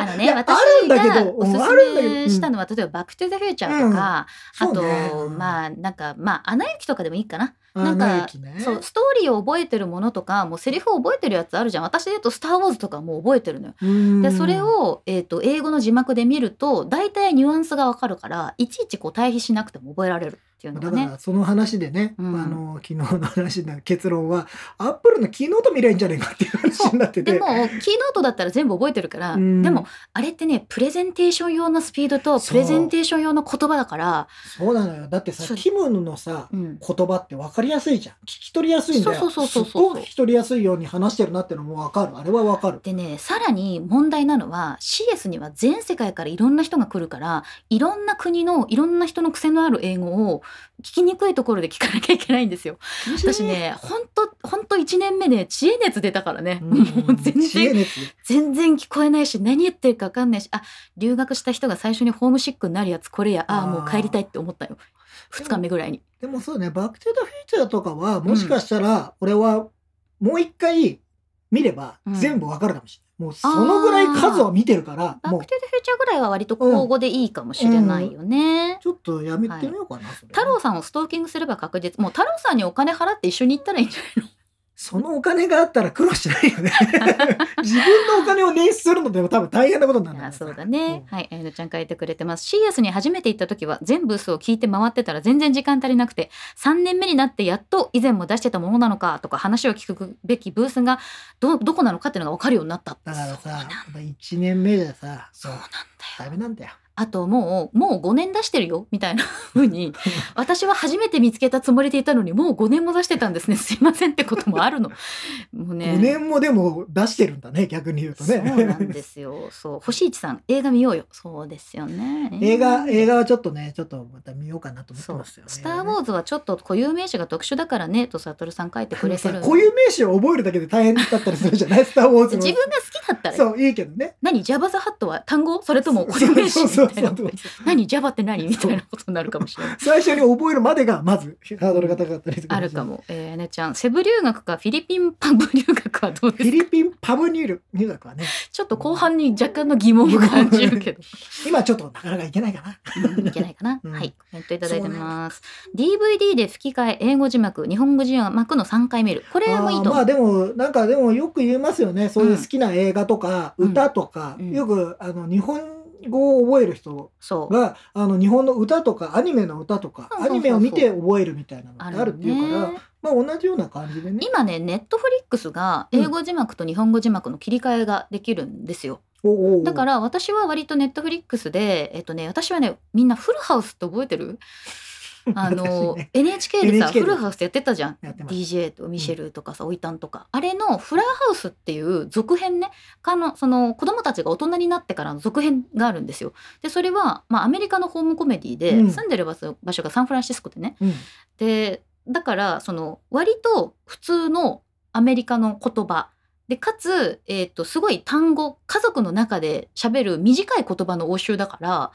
あの
い
ね、
や
私
あるんだけ
が
ど
おす
うん
す
あるんだけどう
め
ん
したのは、例えば、バックトゥザフューチャーとか、あと、
あ
まあ、なんか、まあ、アナ雪とかでもいいかな。な
なんん
か
か、ね、
そうストーリーを覚えてるものとかもうセリフを覚えてるやつあるじゃん私で言うと「スター・ウォーズ」とかもう覚えてるのよ。
うん
でそれを、えー、と英語の字幕で見ると大体ニュアンスがわかるからいちいちこう対比しなくても覚えられるっていうの
だ
が
か
ね。
らその話でね、
うん
あの昨日の話の結論はアップルのキーノート見ればいいんじゃないかっていう話になってて
でもキーノートだったら全部覚えてるから、
うん
でもあれってねプレゼンテーション用のスピードと
そう
プレゼンテーション用の言葉だから
そうなのよだって
そ
さ
う
キムのさ
うん
言葉って分かりやすいじゃん聞き取りやすいんだよ
そうそうそうそう
すっごい聞き取りやすいように話してるなってのも分かるあれは分かる
でねさらに問題なのは CS には全世界からいろんな人が来るからいろんな国のいろんな人の癖のある英語を聞きにくいところで聞かなきゃいけないん
[laughs]
ですよ。私ね、ほんと、ほんと1年目ね、知恵熱出たからね。
うん
もう全
知恵
然、
熱
全然聞こえないし、何言ってるか分かんないし、あ、留学した人が最初にホームシックになるやつ、これや、ああ、
あー
もう帰りたいって思ったよ。
でも
2日目ぐらいに。
でもそうね「バック・トゥ・ザ・フューチャー」とかはもしかしたら俺はもう一回見れば
うん
全部分かるかもしれない、もうそのぐらい数を見てるから
バッ
も
ク
う
トゥ・ザ・フューチャーぐらいは割と交互でいいかもしれないよね。
ちょっとやめてみようかな、それ
太郎さんをストーキングすれば確実。もう太郎さんにお金払って一緒に行ったらいいんじゃないの
そのお金があったら苦労しないよね。 [laughs] 自分のお金を捻出するのでも多分大変なことになる
あそうだ
うん
ね、はい、えのちゃん書いてくれてます。CS に初めて行った時は全ブースを聞いて回ってたら全然時間足りなくて3年目になってやっと以前も出してたものなのかとか話を聞くべきブースがどどこなのかっていうのが分かるようになった
だから
そうなん
さ、1年目じゃさ、
そうなんだよ
ダメなんだよ。
あともうもう5年出してるよみたいな風
[laughs]
に私は初めて見つけたつもりでいたのにもう5年も出してたんですねすいませんってこともあるのもうね
5年もでも出してるんだね、逆に言うとね。
そうなんです
[laughs]
よそう星一さん映画見ようよそうですよね
映画、映画はちょっとね、ちょっとまた見ようかなと思って
そう
ますよ、ね。
スター・ウォーズはちょっと固有名詞が特殊だからねとサトルさん書いてくれて
あ
る
のさ固有名詞を覚えるだけで大変だったりするじゃない [laughs] スター・ウォーズの
自分が好きだったら
そう、いいけどね。
何ジャバ・ザ・ハットは単語それとも固有名詞みたいな
そうそうそう
何ジャバって何みたいなことになるかもしれ
[laughs]
ない
最初に覚えるまでが、まず、ハードルが高かったりする
あるか。もえー、ねちゃんセブ留学かフィリピンパブ留学はどう
フ
です
ィ
か
リピンパブニュール入
[laughs]
学はね、
ちょっと後半に若干の疑問を感じるけど
今ちょっとなかなかいけないかな。
うんいけないかな、
うん
はいコメントいただいてます、DVD で吹き替え英語字幕日本語字幕の3回見るこれもいい
あー
と思
ま
う
あでもなんかでもよく言いますよねそういう好きな映画とか
うん
歌とか、
うん
よくあの日本語を覚える人
そう
があの日本の歌とかアニメの歌とか
そうそうそ
ア
うそう
ニメを見て覚えるみたいなのってあるっていうから、
ね
まあ同じような感じでね
今ねネットフリックスが英語字幕と日本語字幕の切り替えができるんですよ、
おうおうおう
だから私は割とネットフリックスでえっとね私はねみんなフルハウスって覚えてるあ
[laughs] 懐かし
の、
いね
NHK でさ
NHK で
フルハウスってやってたじゃん
やってます
DJ とミシェルとかさ、オイタンとかあれのフラーハウスっていう続編ねかのその子供たちが大人になってからの続編があるんですよでそれは、まあ、アメリカのホームコメディで、
うん
住んでる場所場所がサンフランシスコでね
うん
でだからその割と普通のアメリカの言葉でかつ、えー、とすごい単語家族の中で喋る短い言葉の応酬だから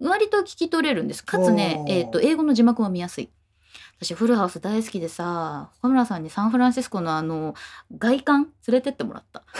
割と聞き取れるんですかつね
お、ー
えー、と英語の字幕も見やすい私フルハウス大好きでさ岡村さんにサンフランシスコのあの外観連れてってもらった
[laughs]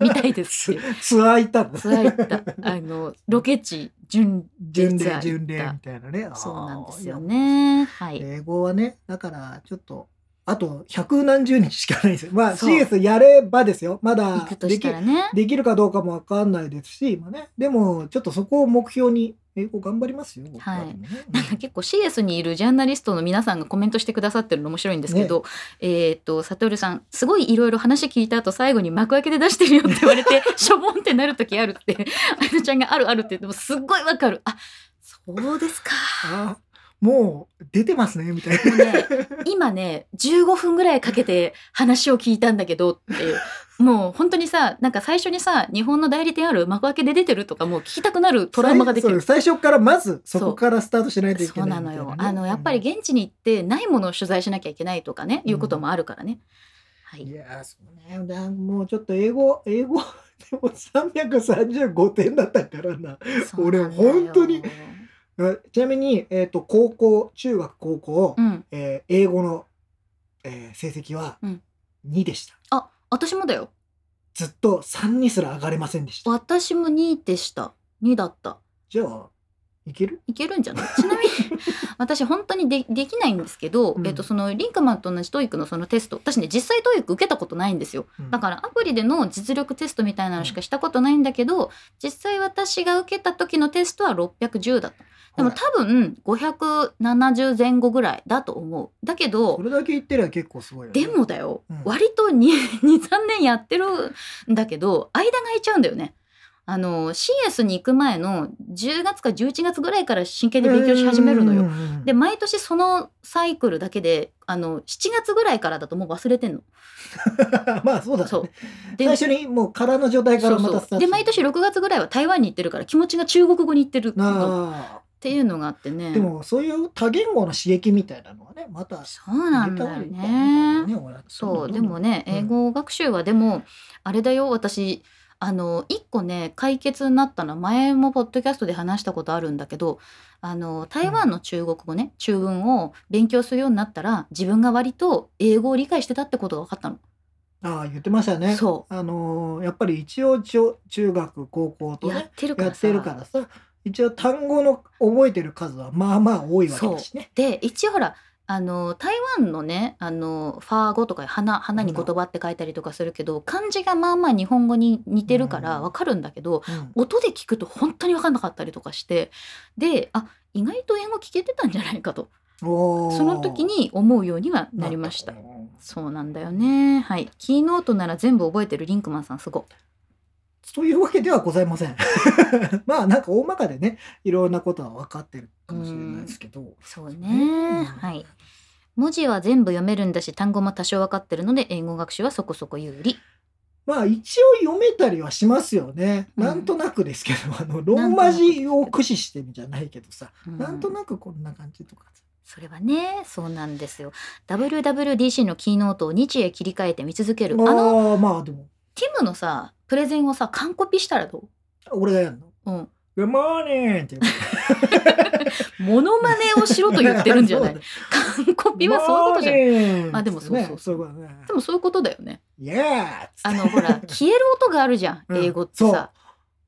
みたいです
ツ
って
ツアー行ったの
ツアー行ったあのロケ地巡
[laughs] 巡
ツアー行った
礼巡礼みたいなね
そうなんですよ
あー
ねはい
英語はねだからちょっとあと百何十日しかないんですよまあ
そう
CS やればですよま
行
だ
くと
で
し
き
たらね
できるかどうかもわかんないですし、まあね、でもちょっとそこを目標に英語頑張りますよ。僕はね
なんか結構 CS にいるジャーナリストの皆さんがコメントしてくださってるの面白いんですけど、えっ、とサトルさんすごいいろいろ話聞いた後最後に幕開けで出してるよって言われて [laughs] しょぼんってなる時あるって [laughs] あやちゃんがあるあるって言ってもすっごいわかるあそうですか
あもう出てますねみたい
[laughs] もう
[laughs]
ね今ね15分ぐらいかけて話を聞いたんだけどっていうもう本当にさなんか最初にさ日本の代理店ある幕開けで出てるとかもう聞きたくなる
な。
トラウマができる
そう最初からまずそこからスタートしないといけ
そ
な
う
い
な
みた
のよ
いね。
あのやっぱり現地に行ってないものを取材しなきゃいけないとかね、いうこともあるからねは
うんい
い
やーそうね。なんもうちょっと英語英語 [laughs] でも三百三十五点だったからな。 [laughs]
そうなんだよ
俺本当にあちなみにえっ、と高校中学高校、
うん
えー英語の、えー成績は
うん
二でした。
あ私もだよ
ずっと三にすら上がれませんでした。
私も2でした2だった
じゃあいける？
いけるんじゃないちな
[laughs]
みに私本当にでできないんですけど、
うん、
えっとそのリンクマンと同じトイックのそのテスト私ね実際トイック受けたことないんですよだかららアプリでの実力テストみたいなのしかしたことないんだけど、実際私が受けた時のテストは610だったでも
ほ
多分570前後ぐらいだと思うだけ
らそ
ど
れだけ言ってりゃ結構すごいよ、ね。
でもだよ、
うん
割と23 [laughs] 年やってるんだけど間が空いちゃうんだよねあの CS に行く前の10月か11月ぐらいから真剣に勉強し始めるのよ
うんうんうんうん。
で毎年そのサイクルだけであの7月ぐらいからだともう忘れてんの。
[laughs] まあそうだ、ね、
そうで
最初にもう空の状態からまた
そうそうで毎年6月ぐらいは台湾に行ってるから気持ちが中国語に行ってるのっ
なあ
ていうのがあってね
でもそういう多言語の刺激みたいなのはねまた
そうなんだよ
入れた方がいい
ね
んだろうね。
そうでもね
うん
英語学習はでもあれだよ私あの一個ね解決になったのは前もポッドキャストで話したことあるんだけどあの台湾の中国語ね、中文を勉強するようになったら自分が割と英語を理解してたってことが分かったの。
ああ言ってましたね。
そ
あのーやっぱり一応中中学高校
う
と
や
ね
ってるか
や
ら
っ
さ
てるからさ一応単語の覚えてる数はまあまあ多いわけだしね。
で一応ほらあの台湾のねあのファー語とか花花に言葉って書いたりとかするけど漢字がまあまあ日本語に似てるから
うん
わかるんだけど、
うん
音で聞くと本当に分かんなかったりとかしてであ意外と英語聞けてたんじゃないかと
おー
その時に思うようにはなりました
な。るほど
そうなんだよね。はい。キーノートなら全部覚えてるリンクマンさんすごい。
そういうわけではございません。 [laughs] まあなんか大まかでねいろんなことは分かってるかもしれないですけど。
そう
うん
ね。はい。文字は全部読めるんだし単語も多少分かってるので英語学習はそこそこ有利。
まあ一応読めたりはしますよね。
うん
なんとなくですけど、あのローマ字を駆使してみじゃないけどさ、
う
なんとなくこんな感じとかさ。
それはねそうなんですよ WWDC のキーノートを日へ切り替えて見続けるあの
ああまあでも
ティムのさプレゼンをさ完コピしたらど
俺がやるの。
ううん
グ o モーニングって言う
モノマネをしろと言ってるんじゃ [laughs]
[laughs]
ない完コピはそういうことじゃない
ない
あでもそうそう
そういうことね。
でもそういうことだよね
イエーっつっ
あ
て [laughs]
のほら消える音があるじゃん
うん
英語ってさ、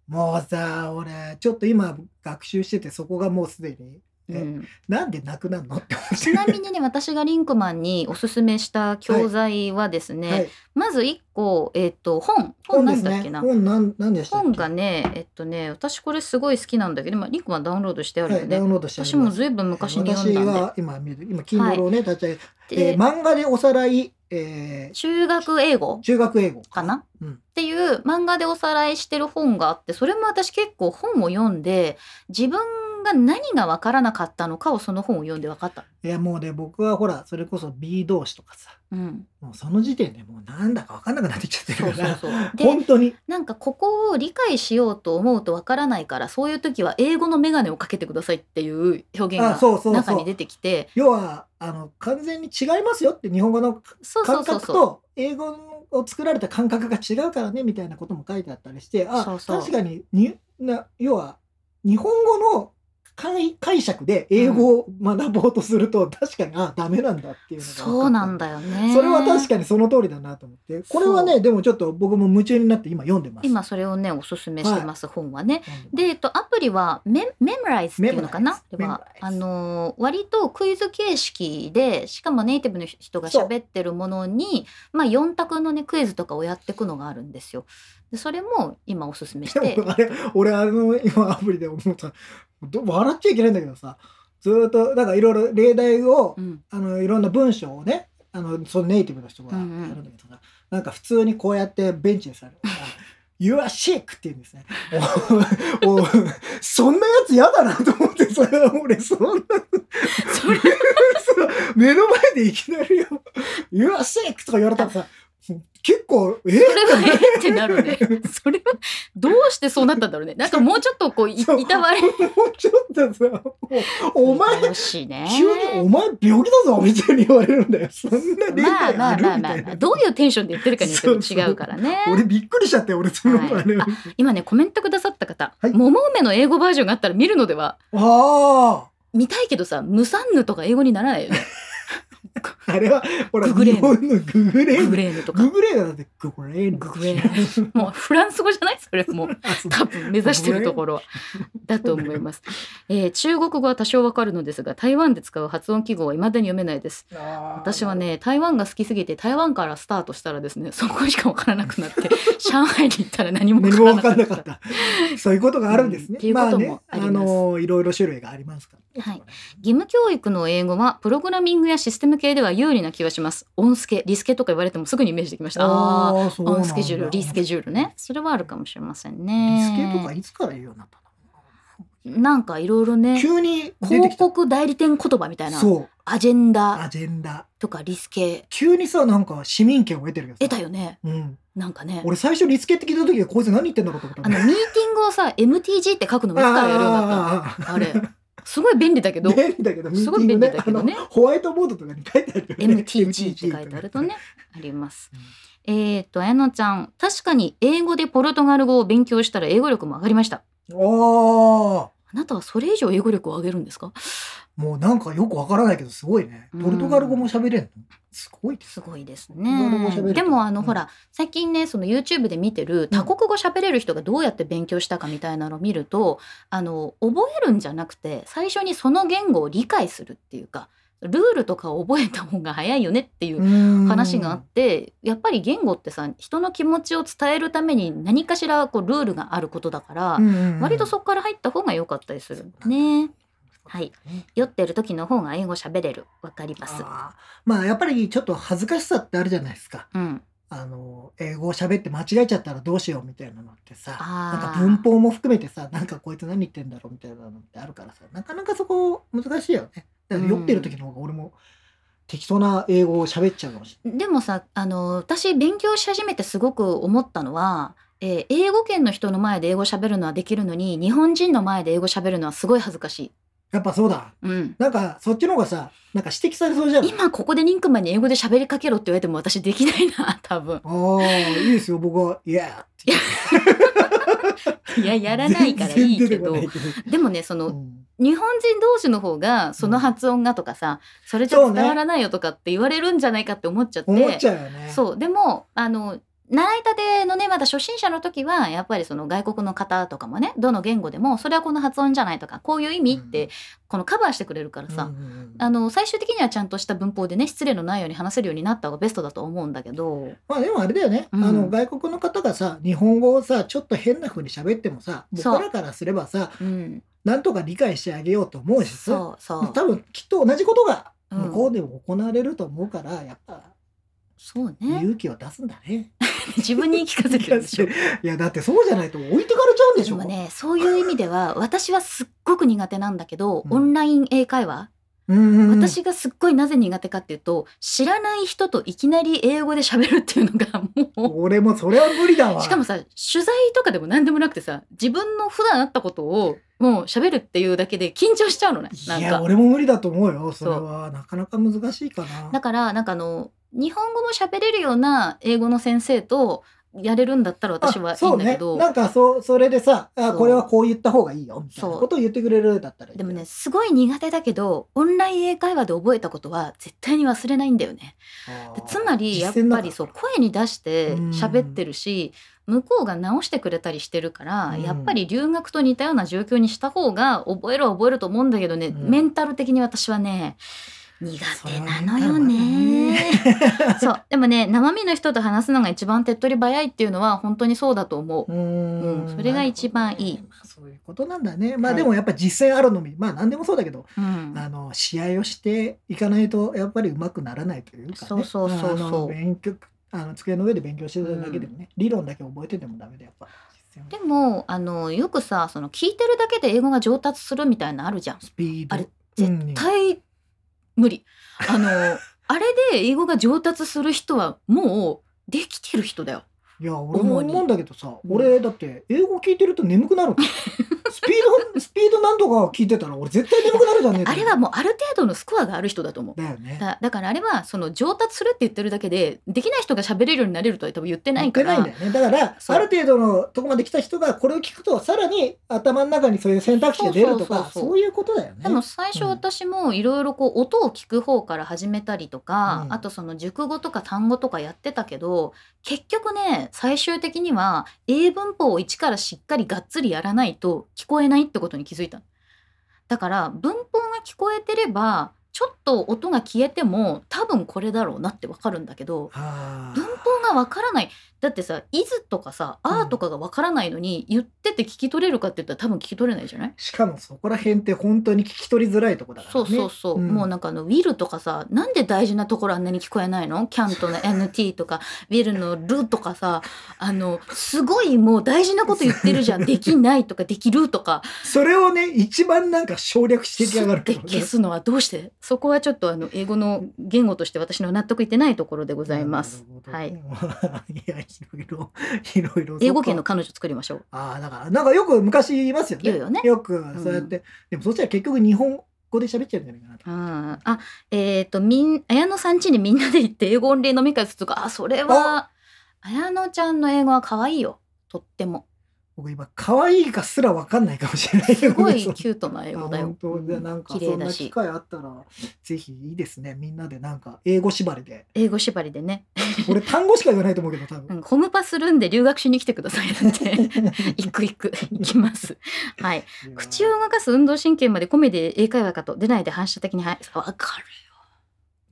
もうさ俺ちょっと今学習しててそこがもうすでに
う
うんんなんでなくなるのって思って
ちなみにね私がリンクマンにおすすめした教材はですね、
[laughs] はい、
まず1個、えっと本本なんだっけな
本ですね本なんなんでしたっけ
本がねえっとね私これすごい好きなんだけど、まあ、リンクマンダウンロードしてあるよ
はい、
ね、
ダウンロードしてあり
私
ま
も
す
ずいぶん昔に読んだん
私
で
は今見る今 Kindle をね立ち上げ
で
えー漫画でおさらい、えー
中学英語
中学英語
かな、
うん
っていう漫画でおさらいしてる本があってそれも私結構本を読んで自分が何が分からなかったのかをその本を読んで分かった。
いやもうね僕はほらそれこそ B 動詞とかさ
うん、
もうその時点でもうなんだか分かんなくなってきちゃって
そう
るか
そう
ら [laughs]
そうで
本当に
なんかここを理解しようと思うと分からないからそういう時は英語の眼鏡をかけてくださいっていう表
あ
現が
そうそう
中
そ
に
う
出てきて
要はあの完全に違いますよって日本語の
そうそ
感
うそう
覚
そう
と英語を作られた感覚が違うからねみたいなことも書いてあったりしてあ
そうそう
確かににな要は日本語の解解釈で英語を学ぼうとすると、確かにあダメなんだっていうのが分かった
そうなんだよね。
それは確かにその通りだなと思ってこれは
そ
ねでもちょっと僕も夢中になって今読んでます。
今それをねおすすめしてます、本はね。
読んます
で、えっと、アプリはメメムライズっていうのかなこれ
メモライ
は
ズ
あのー割とクイズ形式でしかもネイティブの人が
そう
喋ってるものに、まあ、4択の、ね、クイズとかをやっていくのがあるんですよ。でそれも今おすすめして
でもあれ俺あの今アプリで思ったど笑っちゃいけないんだけどさずーっとなんかいろいろ例題を、
うん [laughs]
あのいろんな文章をねあのそのネイティブの人がや
う
る
んうん
んだけどさ、なんか普通にこうやってベンチでさ [laughs] 「You are sick」って言うんですね。おおそんなやつ嫌だなと思ってそれは俺そんな
それ
そう目の前でいきなりよ「You are sick」とか言われたらさ結構え
それはええってな
[laughs]
るね。それはどうしてそうなったんだろうね。なんかもうちょっとこういい
そう
たわり
もうちょっとさもうお前
欲しいね。
急に「お前病気だぞ」みたいに言われるんだよそんな理
まあ
解
ま
あ
あま
る
あ
み
ま
た
あ
い
ま
な
あ、どういうテンションで言ってるかによっても違うからね。
俺びっくりしちゃって俺その場ね、
は今ねコメントくださった方、
はい
桃梅の英語バージョンがあったら見るのでは
あ
見たいけどさムサンヌとか英語にならないよね
ああれはほら
ググレー
日本のググレ
グ
ーン
レーヌと
グ
か
グレーンだってググレーン
ググレーもうフランス語じゃないそれもう
あそう
多分目指してるところはだと思います、えー中国語は多少わかるのですが台湾で使う発音記号は未だに読めないです私はね台湾が好きすぎて台湾からスタートしたらですねそこしかわからなくなって上海に行ったら何も
何も
わか
分からん
な
な
か
か
っ
ったた。そういうことがあるんですね。
うんっていうこともあ
あ
り
ね、
ます
あのいろいろ種類がありますから。
はい義務教育の英語はプログラミングやシステム系では有利な気がします音スケリスケとか言われてもすぐにイメージできましたあー
あー、そうなん
オ
だ
ンスケジュールリスケジュールね。それはあるかもしれません
リ
ね
スケとかいつから言うようになった
なんかいろいろ
の？
ね
急に出て
広
きた。
告代理店言葉みたいな
そう、
アジェンダ
アジェンダ。
とかリスケ
急にさ、なんか市民権を得てるけどさ。
得た。よね
うん。
なんかね
俺最初リスケって聞いた時はこいつ何言ってんだろうと思った
あのミーティングをさ MTG って書くのもいつからやるようになっ
あーあーあー
たあれすごい便利だけど
便利だけど、ミー
す
テ
ご
ィ
い
ング
便利
ね
だ、け
あ
どね
のホワイトボードとかに書いてあるよね。
MTG って書いてあるとね。あります
うん。
えっと綾乃ちゃん確かに英語でポルトガル語を勉強したら英語力も上がりました
おお。
あなたはそれ以上英語力を上げるんですか
もうなんかよくわからないけどすごいね。ポルトガル語も喋れんの。すごいです
す
ね。
ごいです
ポルトガル語喋れ
ね。
る
でもあの、
うん
ほら最近ねその YouTube で見てる他国語喋れる人がどうやって勉強したかみたいなのを見ると、あの覚えるんじゃなくて最初にその言語を理解するっていうかルールとかを覚えた方が早いよねっていう話
話
があって、やっぱり言語ってさ人の気持ちを伝えるために何かしらこうルールがあることだから、割とそこから入った方が良かったりするね。はい、酔ってる時の方が英語喋れるわかります。
あーまあやっぱりちょっと恥ずかしさってあるじゃないですか。
うん、
あの英語を喋って間違えちゃったらどうしようみたいなのってさなん
あ
か
ー
文法も含めてさなんかこいつ何言ってんだろうみたいなのってあるからさなかなかそこ難しいよね。だから酔ってる時の方が俺も適当な英語を喋っちゃうかもし
でもさあの私勉強し始めてすごく思ったのは、えー英語圏の人の前で英語喋るのはできるのに日本人の前で英語喋るのはすごい恥ずかしい。
れない。やっぱそうだ
うん、
なんかそっちの方がさなんか指摘されそうじゃん。
今ここでリンクマンに英語で喋りかけろって言われても私できないな多分。
ああいいですよ僕は「いや」って言って
いややらないからいいけど
全然出てこないけ
でもねそ
どう
の
ん
日本人同士の方がその発音がとかさ、それじゃ
そう
伝
ね
わらないよとかって言われるんじゃないかって思っちゃって
思っちゃうよね。
そうでもあの習いたてのねまだ初心者の時はやっぱりその外国の方とかもねどの言語でもそれはこの発音じゃないとかこういう意味って、
うん
このカバーしてくれるからさ、
うんうんうん
あの最終的にはちゃんとした文法でね失礼のないように話せるようになった方がベストだと思うんだけど
まあでもあれだよね、
うん
あの外国の方がさ日本語をさちょっと変な風に喋ってもさ僕
そう
らからすればさ
うん
なんとか理解してあげようと思うしさ
そうそう
多分きっと同じことが
うん
向こうでも行われると思うから、やっぱ
そうね
勇気を出すんだ
[laughs]
ね。
自分に言い聞かせてるでしょ
いやだってそうじゃないと置いてかれちゃうんでし
で
ょ
もねそういう意味で
[laughs]
は私はすっごく苦手なんだけど、
うん
オンライン英会話、
うんうんうん
私がすっごいなぜ苦手かっていうと知らない人といきなり英語で喋るっていうのが [laughs] も
俺もそれは無理だ
う
わ。
しかもさ取材とかでも何でもなくてさ自分の普段あったことをもう喋るっていうだけで緊張しちゃうのねないん
や
か
俺も無理だと思うよそれ
そう
はなかなか難しいかな。
だからなんかあの日本語も喋れるような英語の先生とやれるんだったら私
あ
はいい
そ
ん
う
だけど、
ね、なんかそうそれでさあ
そう
これはこう言った方がいいよみたいなことを言ってくれるだったらいい
で
けど
もねすごい苦手だけどオンライン英会話で覚えたことは絶対に忘れないんだよね。
あ
で
ー
つまりやっ
実践
ぱ
だから
りそう声に出して
うん
喋ってるし向こうが直してくれたりしてるから、
うん
やっぱり留学と似たような状況にした方が覚えるは覚えると思うんだけどね、
うん
メンタル的に私はね苦手なのよね。
そ
[laughs] そうでもね生身の人と話すのが一番手っ取り早いっていうのは本当にそうだと思う。
うーん
うんそれが一番いい
なるほどねまあそういうことなんだねまあ
はい
でもやっぱ実践あるのみ、まあ何でもそうだけど、
うん
あの試合をしていかないとやっぱりうまくならないというか、ね、
そうそうそうそう
あの勉強あの机の上で勉強してるだけでもね、理論だけ覚えててもダメでやっぱ実践は
でもあのよくさその聞いてるだけで英語が上達するみたいなのあるじゃん。
スピード
あれ
絶
対無理あ
[laughs]
のあれで英語が上達する人はもうできてる人だよ
いや俺も
主に
思うんだけどさ、
うん
俺だって英語聞いてると眠くな
[laughs]
るのスピードスピード何とか聞いてたら俺絶対眠くなるじゃんねえか
あれはもうある程度のスコアがある人だと思う
だよね
だだからあれはその上達するって言ってるだけでできない人が喋れるようになれるとは多分言ってないから
言ってないんだよねだから
そう
ある程度のとこまで来た人がこれを聞くとさらに頭の中にそういう選択肢が出る
そ
とか
うそうそうそう
そういうことだよね
でも最初私もいろいろこう音を聞く方から始めたりとか、
うん
あとその熟語とか単語とかやってたけど結局ね最終的には英文法を一からしっかりがっつりやらないと聞こえないってことに気づいたのだから文法が聞こえてればちょっと音が消えても多分これだろうなってわかるんだけど
はあ
文法がわからないだってさ「いず」とかさ「あ」とかがわからないのに言ってて聞き取れるかって言ったら多分聞き取れないじゃない
しかもそこら辺って本当に聞き取りづらいとこだから
そ
ね
うそうそう、
ん
もうなんかあの「ウィル」とかさなんで大事なところあんなに聞こえないのキャントの NT とか「ウィル」の「ル」とかさあのすごいもう大事なこと言ってる
[laughs]
じゃん「できない」とか「できる」とか
それをね一番なんか省略していきやがる
で
からね
消すのはどうしてそこはちょっとあの英語の言語として私の納得いってないところでございます。
な
は
る
い、
ほど [laughs] いやいろいろいろいろ
英語圏の彼女作りましょう。
ああだからなんかよく昔言いますよね
言うよね
くそうやって、でもそっちは結局日本語で喋っちゃうんじゃないかなと
うん、あえっ、とみん綾乃さん家にみんなで行って英語音礼飲み会するとかあそれは綾乃ちゃんの英語は可愛いよとっても
僕今可愛いかすら分かんないかもしれないす
すごいキュートな英語だよ
本。当でなんか
綺
そ
麗
ん
だ
な
し
機会あったらぜひいいですねみんなでなんか英語縛りで
英語縛りでね、
俺単語しか言わないと思うけど
[laughs]
多
う
分
ん、ホームパするんで留学しに来てくださいなんて
[laughs]
行く行く行きますはい口を動かす運動神経まで込みで英会話かと出ないで反射的にはいわかるよ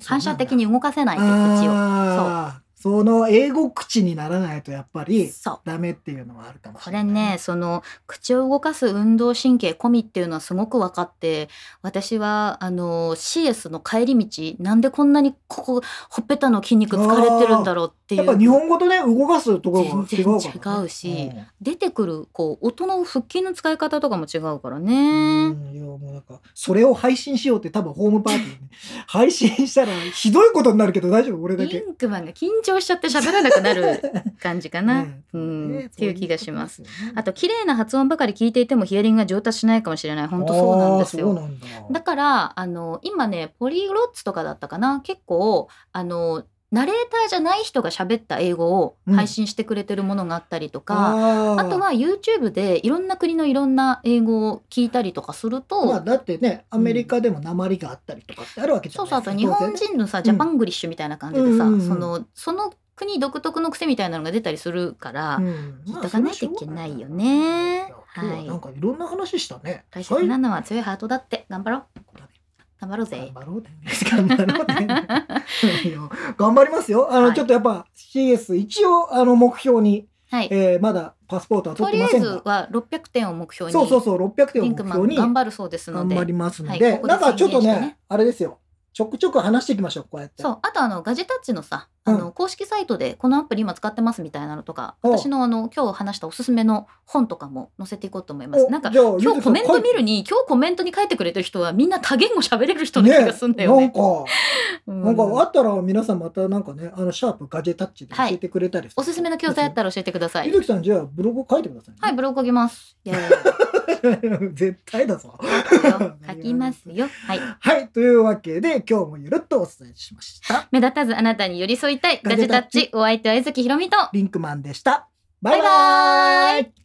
反射的に動かせないんです、口を。
あーその英語口にならないとやっぱり
そう。
ダメっていうのはあるかもし
こ
れな
れ
い。
ね、その口を動かす運動神経込みっていうのはすごく分かって、私はあの CS の帰り道、なんでこんなにここほっぺたの筋肉疲れてるんだろうっていう。
やっぱ日本語とね動かすところが違うから、ね、
全然違うし
うん
出てくるこう音の腹筋の使い方とかも違うから
う
ね。
んいやもうなんかそれを配信しようって多分ホームパーティーでね配信したらひどいことになるけど大丈夫俺だ
リ
け。
ンクマンが緊張しちゃって喋らなくなる
[laughs]
感じかな。
ね
うん、
ね
っていう気がします。。
そういうことですよね
あと綺麗な発音ばかり聞いていてもヒアリングが上達しないかもしれない本当そうなんです
あー
よ。
そうなんだ
だからあの今ねポリロッツとかだったかな結構あのナレーターじゃない人が喋った英語を配信してくれてるものがあったりとか、
あー
あとは YouTube でいろんな国のいろんな英語を聞いたりとかすると、
まあだってねアメリカでも鉛があったりとかってあるわけじ
そ
ゃな
う
い
そうあと日本人のさジャパングリッシュみたいな感じでさ、
うんうんうん
そのその国独特の癖みたいなのが出たりするから、聞
人
いとかないといけないよねはい
なんかいろんな話したね。
大切なのは強いハートだって頑張ろう
はい
頑張ろうぜ
頑。張ろうね。頑張ろうねいや頑張りますよ。あの、
はい
ちょっとやっぱ CS 一応あの目標に、
[laughs] はい
えーまだパスポートは
と
取
り
って
あ
ま
え
せん
ず
が、
は600点を目標に
そうそうそう600点を
リン
目
クマン
標に
頑張るそうですの
頑
で
張りますの
はい
で、
ここで
なんかちょっと
宣言して
ね
ね
あれですよ。ちょくちょく話していきましょう。こうやって。
そうあとあのガジェタッチのさ、
うん
あの公式サイトでこのアプリ今使ってますみたいなのとか
お
私のあの今日話したおすすめの本とかも載せていこうと思います
お
なんか
じゃあ
今日コメント見る
に
に今日コメントに書いてくれてる人はみんな多言語喋れる人の気がすんだよ
な
ね
んか。
うん
なんかあったら皆さんまたなんかね、あのシャープガジェタッチで教えてくれたり、
おすすめの教材あったら教えてください
ゆずきさんじゃあブログ書いてください、
はいブログ書きますいや
[laughs]
いや
絶対だぞ。
書きますよはい
はい、というわけで今日もゆるっとお伝えしました。
目立たずあなたに寄り添いたいガ
ガ
ジ
ジ
ェ
ェ
タ
タ
ッ
ッ
チ
チ
お相手は江月ひろみと
リンクマンでした。バイバ
バイバーイ
イ